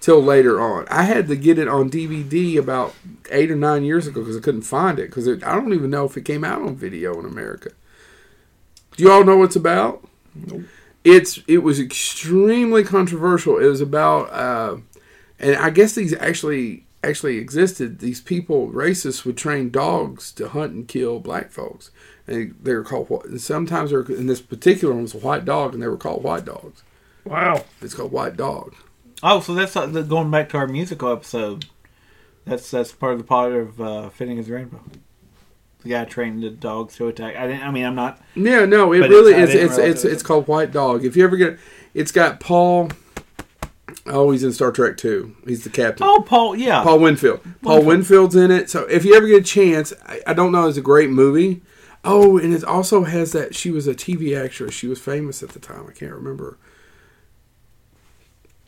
till later on. I had to get it on DVD about eight or nine years ago because I couldn't find it because I don't even know if it came out on video in America. Do you all know what it's about? It's it was extremely controversial. It was about, uh, and I guess these actually actually existed. These people racists would train dogs to hunt and kill black folks, and they were called. wh- And sometimes they were, in this particular one was a white dog, and they were called white dogs.
Wow.
It's called white dog.
Oh, so that's uh, going back to our musical episode. That's that's part of the part of uh, fitting his rainbow. The guy trained the dogs to attack. I didn't. I mean, I'm not.
Yeah, no, it
But
really
it's- I
is.
didn't
It's
realize
it's
it was
it's
a-
called White Dog. If you ever get, it's got Paul. Oh, he's in Star Trek too. He's the captain.
Oh, Paul. Yeah.
Paul Winfield. Paul Winfield's in it. So if you ever get a chance, I, I don't know, it's a great movie. Oh, and it also has that she was a TV actress. She was famous at the time. I can't remember.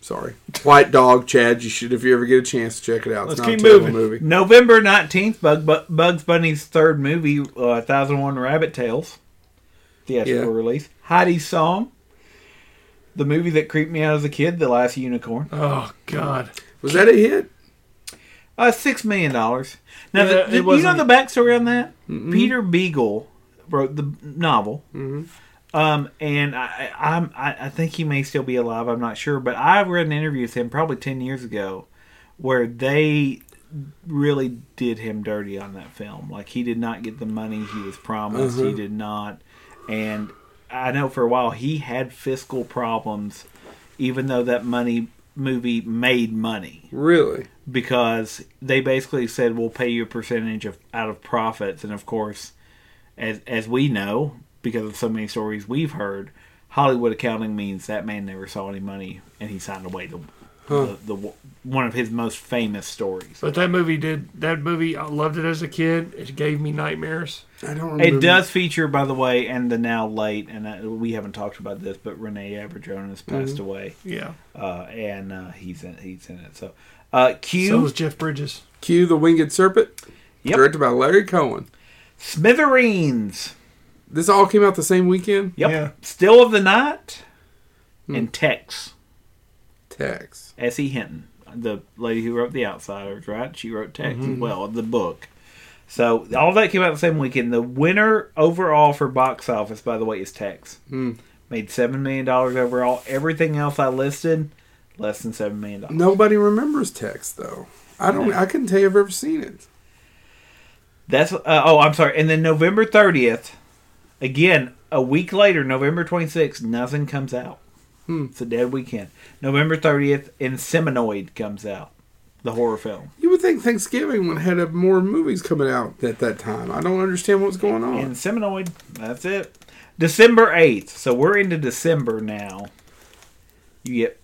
Sorry, White Dog, Chad. You should if you ever get a chance to check it out. It's
Let's
not a
keep
terrible
moving.
movie.
November nineteenth, Bug, Bu- Bugs Bunny's third movie, uh, Thousand One Rabbit Tales, theatrical
Yeah.
release. Heidi's song, the movie that creeped me out as a kid, The Last Unicorn,
Oh God.
Was that a hit?
uh, six million dollars. Now,
Yeah,
the-
it
the- you know
wasn't- Mm-hmm.
the backstory on that. Peter Beagle wrote the novel,
Mm-hmm.
um, and I, I- I'm I, I think he may still be alive. I'm not sure, but I read an interview with him probably ten years ago, where they really did him dirty on that film. Like he did not get the money he was promised.
Mm-hmm.
He did not, and I know for a while he had fiscal problems, even though that money movie made money
Really?
because they basically said we'll pay you a percentage of out of profits and of course as as we know because of so many stories we've heard hollywood accounting means that man never saw any money and he signed away to the, the w- one of his most famous stories.
But that movie did that movie. I loved it as a kid. It gave me nightmares.
I don't remember.
It does feature, by the way, and the now late, and uh, we haven't talked about this, but Renee Aberjones has passed away,
Yeah.
uh, and uh, he's in he's in it. So uh, Q
So was Jeff Bridges.
Cue the Winged Serpent,
Yep.
directed by Larry Cohen.
Smithereens.
This all came out the same weekend.
Yep.
Yeah.
Still of the Night and Tex.
Tex.
S.E. Hinton, the lady who wrote The Outsiders, right? She wrote Tex as well, the book. So all that came out the same weekend. The winner overall for box office, by the way, is Tex. Made $7 million overall. Everything else I listed, less than $7 million.
Nobody remembers Tex though. I don't. I couldn't tell you I've ever seen it.
That's uh, oh, I'm sorry. And then November 30th, again a week later, November 26th, nothing comes out.
Hmm.
It's a dead weekend. November 30th, Inseminoid comes out, the horror film.
You would think Thanksgiving would have had more movies coming out at that time. I don't understand what's going on.
Inseminoid, that's it. December 8th. So we're into December now. You get.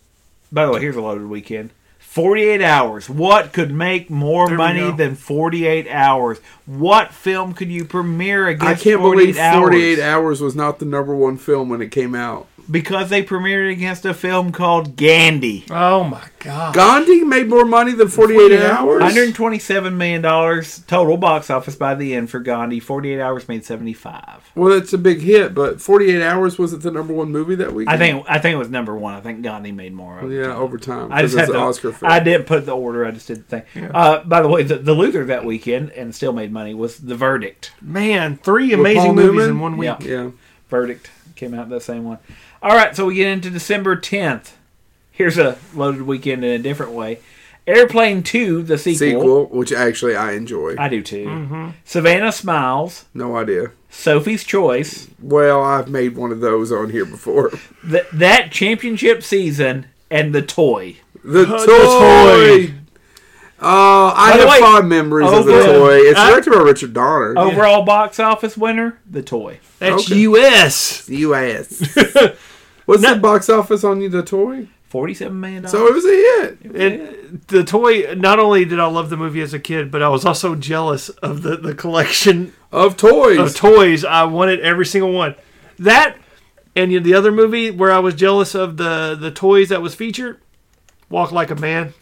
By the way, here's a loaded weekend. 48 hours. What could make more
we
money
go.
than 48 hours? What film could you premiere
I
against
can't
48
believe 48
hours?
hours was not the number one film when it came out.
because they premiered it against a film called Gandhi.
Oh my God.
Gandhi made more money than 48,
48
hours?
$127 million total box office by the end for Gandhi. 48 hours made 75.
Well, that's a big hit, but 48 hours wasn't the number one movie that week?
I think I think it was number one. I think Gandhi made more. Of it.
Yeah, over time.
I just
it's
had
an
the
Oscar film.
I didn't put the order. I just did the thing. Uh, by the way, the, the Luther that weekend and still made money was The Verdict.
Man, three
With Paul
amazing movies
Newman?
in one week.
Yeah.
Yeah.
Verdict came out that same one. All right, so we get into December 10th. Here's a loaded weekend in a different way. Airplane 2, the
Sequel, which actually I enjoy.
I do too. Savannah Smiles,
no idea.
Sophie's Choice,
Well, I've made one of those on here before.
th- that championship season, and the toy.
The
the
toy. Oh, I
By the
have
way,
fond memories of the
over- Oh.
toy. It's
I-
directed by Richard Donner.
Overall box office winner, the toy.
That's
Okay.
U.S.
U.S. What's the box office on you, the toy?
Forty-seven million
So it
dollars.
was a hit.
It, the toy. Not only did I love the movie as a kid, but I was also jealous of the, the collection
Of toys.
of toys. I wanted every single one. That and the other movie where I was jealous of the the toys that was featured. Walk like a man.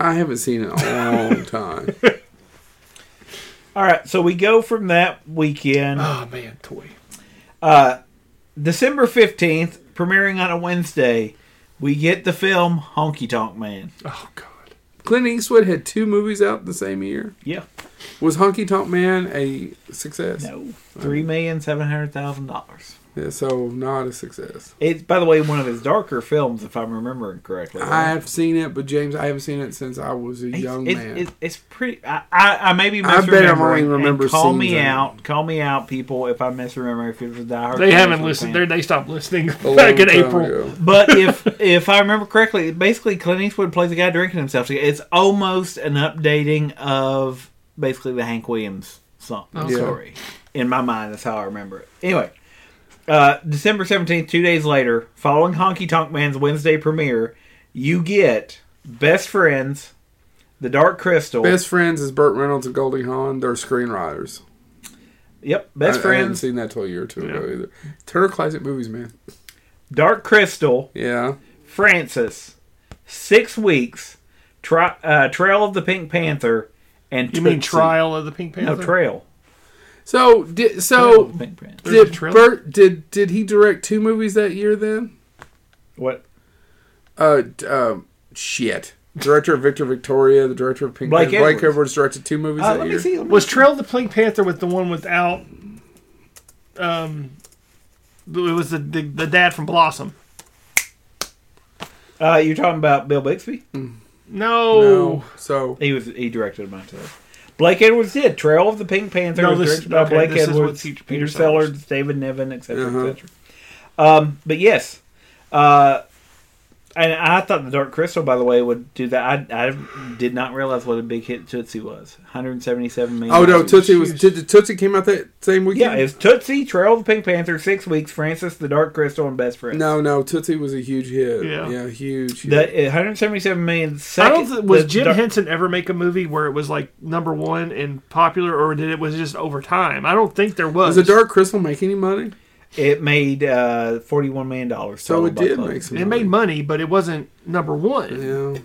I haven't seen it in a long time.
All right, so we go from that weekend,
Uh.
Oh man, toy.
December fifteenth, premiering on a Wednesday. We get the film Honky Tonk Man.
Uh.
Oh god.
Clint Eastwood had two movies out the same year.
Yeah,
Was Honky Tonk Man a success?
no, three million seven hundred thousand dollars.
Yeah, so not a success.
It's by the way one of his darker films, if I'm remembering correctly. right?
I have seen it, but James, I haven't seen it since I was a
It's-
young
it's,
man.
It's, it's pretty. I, I, I may be
I
misremembering.
bet I'm only remember
and call
scenes in
me
it.
out. Call me out, people, if I misremember. If it was a diehard.
They haven't
Jason
listened. They
fan.
they stopped listening
A long
back in
time
April.
ago.
But if if I remember correctly, basically Clint Eastwood plays a guy drinking himself. It's almost an updating of basically the Hank Williams song
Oh. Yeah.
story. In my mind, that's how I remember it. Anyway. Uh, December 17th, two days later, following Honky Tonk Man's Wednesday premiere, you get Best Friends, The Dark Crystal,
Best Friends is Burt Reynolds and Goldie Hawn. They're screenwriters.
Yep, best
I, I hadn't
friends.
seen that till a year or two ago either. Turner Classic Movies, man.
Dark Crystal,
Yeah.
Francis, Six Weeks, tri- uh, Trail of the Pink Panther, and
You mean
Tootsie.
Trial of the Pink Panther?
No, Trail.
So did
Trail of
so
the Pink Panther.
There's a
did
trailer.
Burt did did he direct two movies that year then?
What?
Uh, d- um, shit. Director of Victor Victoria, the director of Pink
Blake
Panther. Blake
Edwards.
Edwards directed two movies
Uh,
that
let
year.
me see. Let me
Was Trail of the Pink Panther with the one without? Um, it was the the, the dad from Blossom.
Uh, you're talking about Bill Bixby?
No,
No, so
Oh. He was. He directed mine too. Blake Edwards did Trail of the Pink Panther.
No,
was
this-
directed by
okay,
Blake
this is with
Edwards,
Peter- Peter
Peter, Sellers, David Niven, etc.,
Uh-huh.
etc. Um, but yes, uh, And I thought the Dark Crystal, by the way, would do that. I, I did not realize what a big hit Tootsie was. 177 million.
Oh no, Tootsie was did Tootsie came out that same
Yeah,
weekend.
it's Tootsie, Trail of the Pink Panther, Six Weeks, Francis, the Dark Crystal, and Best Friends.
no, no, Tootsie was a huge hit.
Yeah.
yeah huge. hit.
The, uh, 177 million.
I
Second,
don't th- was
the
Jim
Dark-
Henson ever make a movie where it was like number one and popular, or did it was just over time? I don't think there was.
Does the Dark Crystal make any money?
It made uh, 41 million dollars.
So it did make some.
It made money, but it wasn't number one.
Yeah.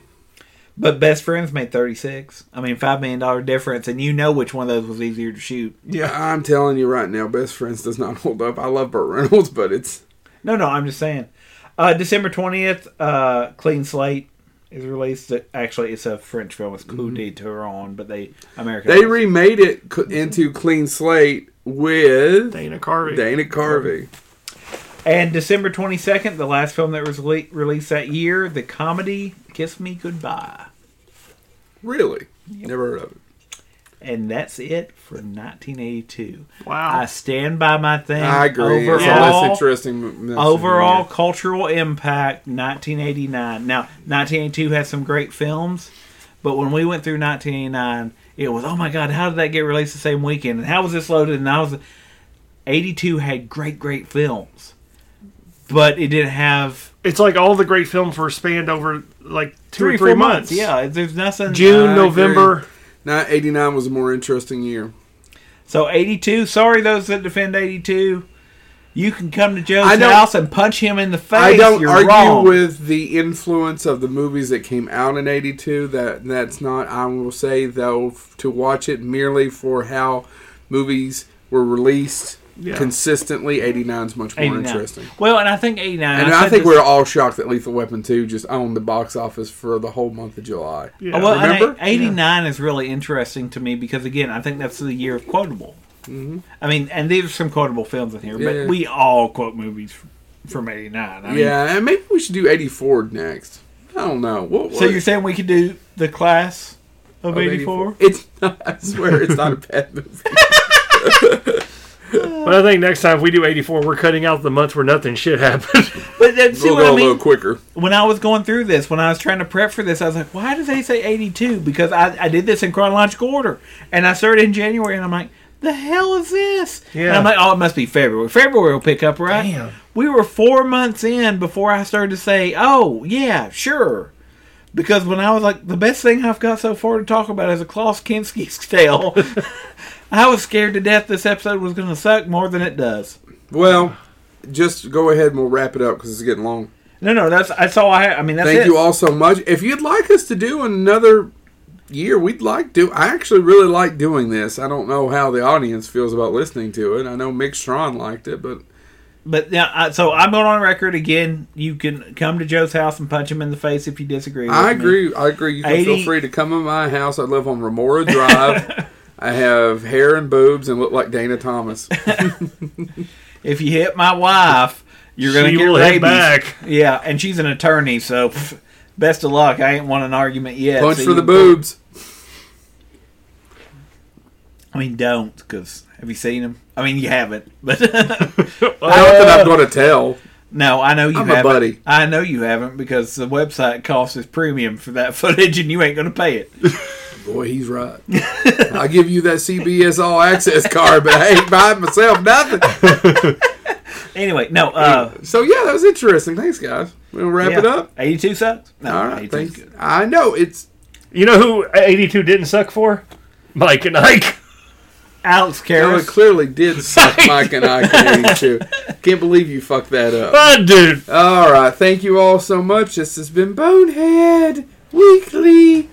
But Best Friends made 36. I mean, five million dollar difference, and you know which one of those was easier to shoot.
I'm telling you right now, Best Friends does not hold up. I love Burt Reynolds, but it's
No, no, I'm just saying. Uh, December 20th, uh, Clean Slate is released. Actually, it's a French film. It's Coup de Turon, but they American.
Mm-hmm. they remade it co- into Clean Slate with
Dana Carvey.
Dana Carvey.
and December 22nd, the last film that was rele- released that year, the comedy Kiss Me Goodbye.
Really? Never heard of it.
And that's it for 1982.
Wow.
I stand by my thing.
I agree.
Overall,
it's a less interesting. m- message.
Overall cultural impact 1989. Now, 1982 had some great films, but when we went through 1989, it was oh my god, how did that get released the same weekend? And how was this loaded? And I was 82 had great great films, but it didn't have
It's like all the great films were spanned over like two
three
or three
four
months.
Yeah, there's nothing.
June,
I
November.
Now, 89 was a more interesting year. uh,
So 82. Sorry, those that defend 82. You can come to
I
Joe's
don't-
house and punch him in the face.
I don't
You're
argue
wrong.
with the influence of the movies that came out in '82. That that's not. I will say though, f- to watch it merely for how movies were released
Yeah.
consistently, '89 is much more
89.
interesting.
Well, and I think 89.
And I,
said
think
this-
we're all shocked that Lethal Weapon 2 just owned the box office for the whole month of July.
Yeah.
Oh, well, and
Remember?
I- 89 is really interesting to me because, again, I think that's the year of quotable. I mean, and these are some quotable films in here,
Mm-hmm. Yeah.
but we all quote movies f- from 89. I mean,
yeah, and maybe we should do 84 next. I don't know. What,
So you're saying we could do The Class of, 84?
It's not, I swear it's not a bad movie.
But I think next time if we do 84, we're cutting out the months where nothing shit happened.
But then, see
we'll
what
go
I
a little
mean?
quicker.
When I was going through this, when I was trying to prep for this, I was like, why did they say 82? Because I, I did this in chronological order. And I started in January, and I'm like, the hell is this?
Yeah.
And I'm like, oh, it must be February. February will pick up, right?
Damn.
we were four months in before I started to say, "Oh yeah, sure," because when I was like, the best thing I've got so far to talk about is a Klaus Kinski's tale. I was scared to death this episode was going to suck more than it does.
Well, just go ahead and we'll wrap it up because it's getting long.
No, no, that's that's all I. Have. I mean, that's
Thank
it.
you all so much. If you'd like us to do another year, we'd like to. I actually really like doing this. I don't know how the audience feels about listening to it. I know Mick Strawn liked it, but
But now, I, so I'm going on record again. You can come to Joe's house and punch him in the face if you disagree. With
I
me.
agree. I agree. You can
80
feel free to come to my house. I live on Remora Drive. I have hair and boobs and look like Dana Thomas.
If you hit my wife, you're going to
She
get
will
rabies.
hit back.
Yeah, and she's an attorney, so pff, best of luck. I ain't won an argument yet.
Punch
so
for
you
the
can-
boobs.
I mean, don't, because have you seen them? I mean, you haven't, but I-
Not that I'm
uh,
going to tell.
no, I know you
I'm a
haven't.
buddy.
I know you haven't because the website costs us premium for that footage, and you ain't going to pay it.
Boy, he's right. I give you that CBS All Access card, but I ain't buying myself nothing.
Anyway, no, uh,
So yeah, that was interesting. Thanks, guys. We'll wrap it
yeah.
up.
Eighty-two sucks. No,
All right,
82 is
thanks.
good.
I know it's
you know who 82 didn't suck for? Mike and Ike.
Alex
Aaron
Karras.
clearly did suck Mike and I can too. Can't believe you fucked that up.
Ah, dude.
All right, thank you all so much. This has been Bonehead Weekly.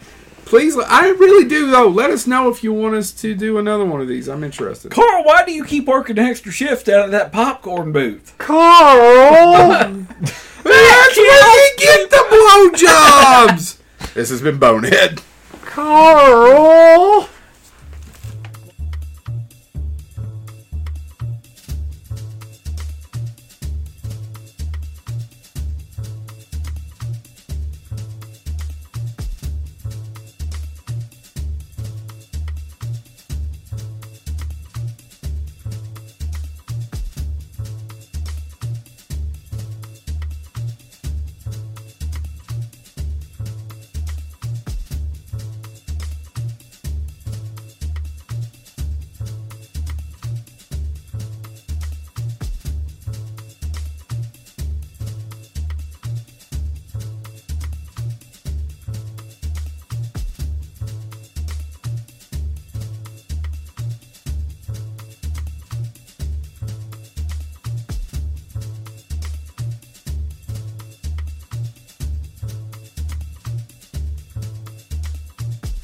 Please, I really do though. Let us know if you want us to do another one of these. I'm interested.
Carl, why do you keep working extra shifts out of that popcorn booth?
Carl.
That's where you get the blowjobs. this has been Bonehead.
Carl.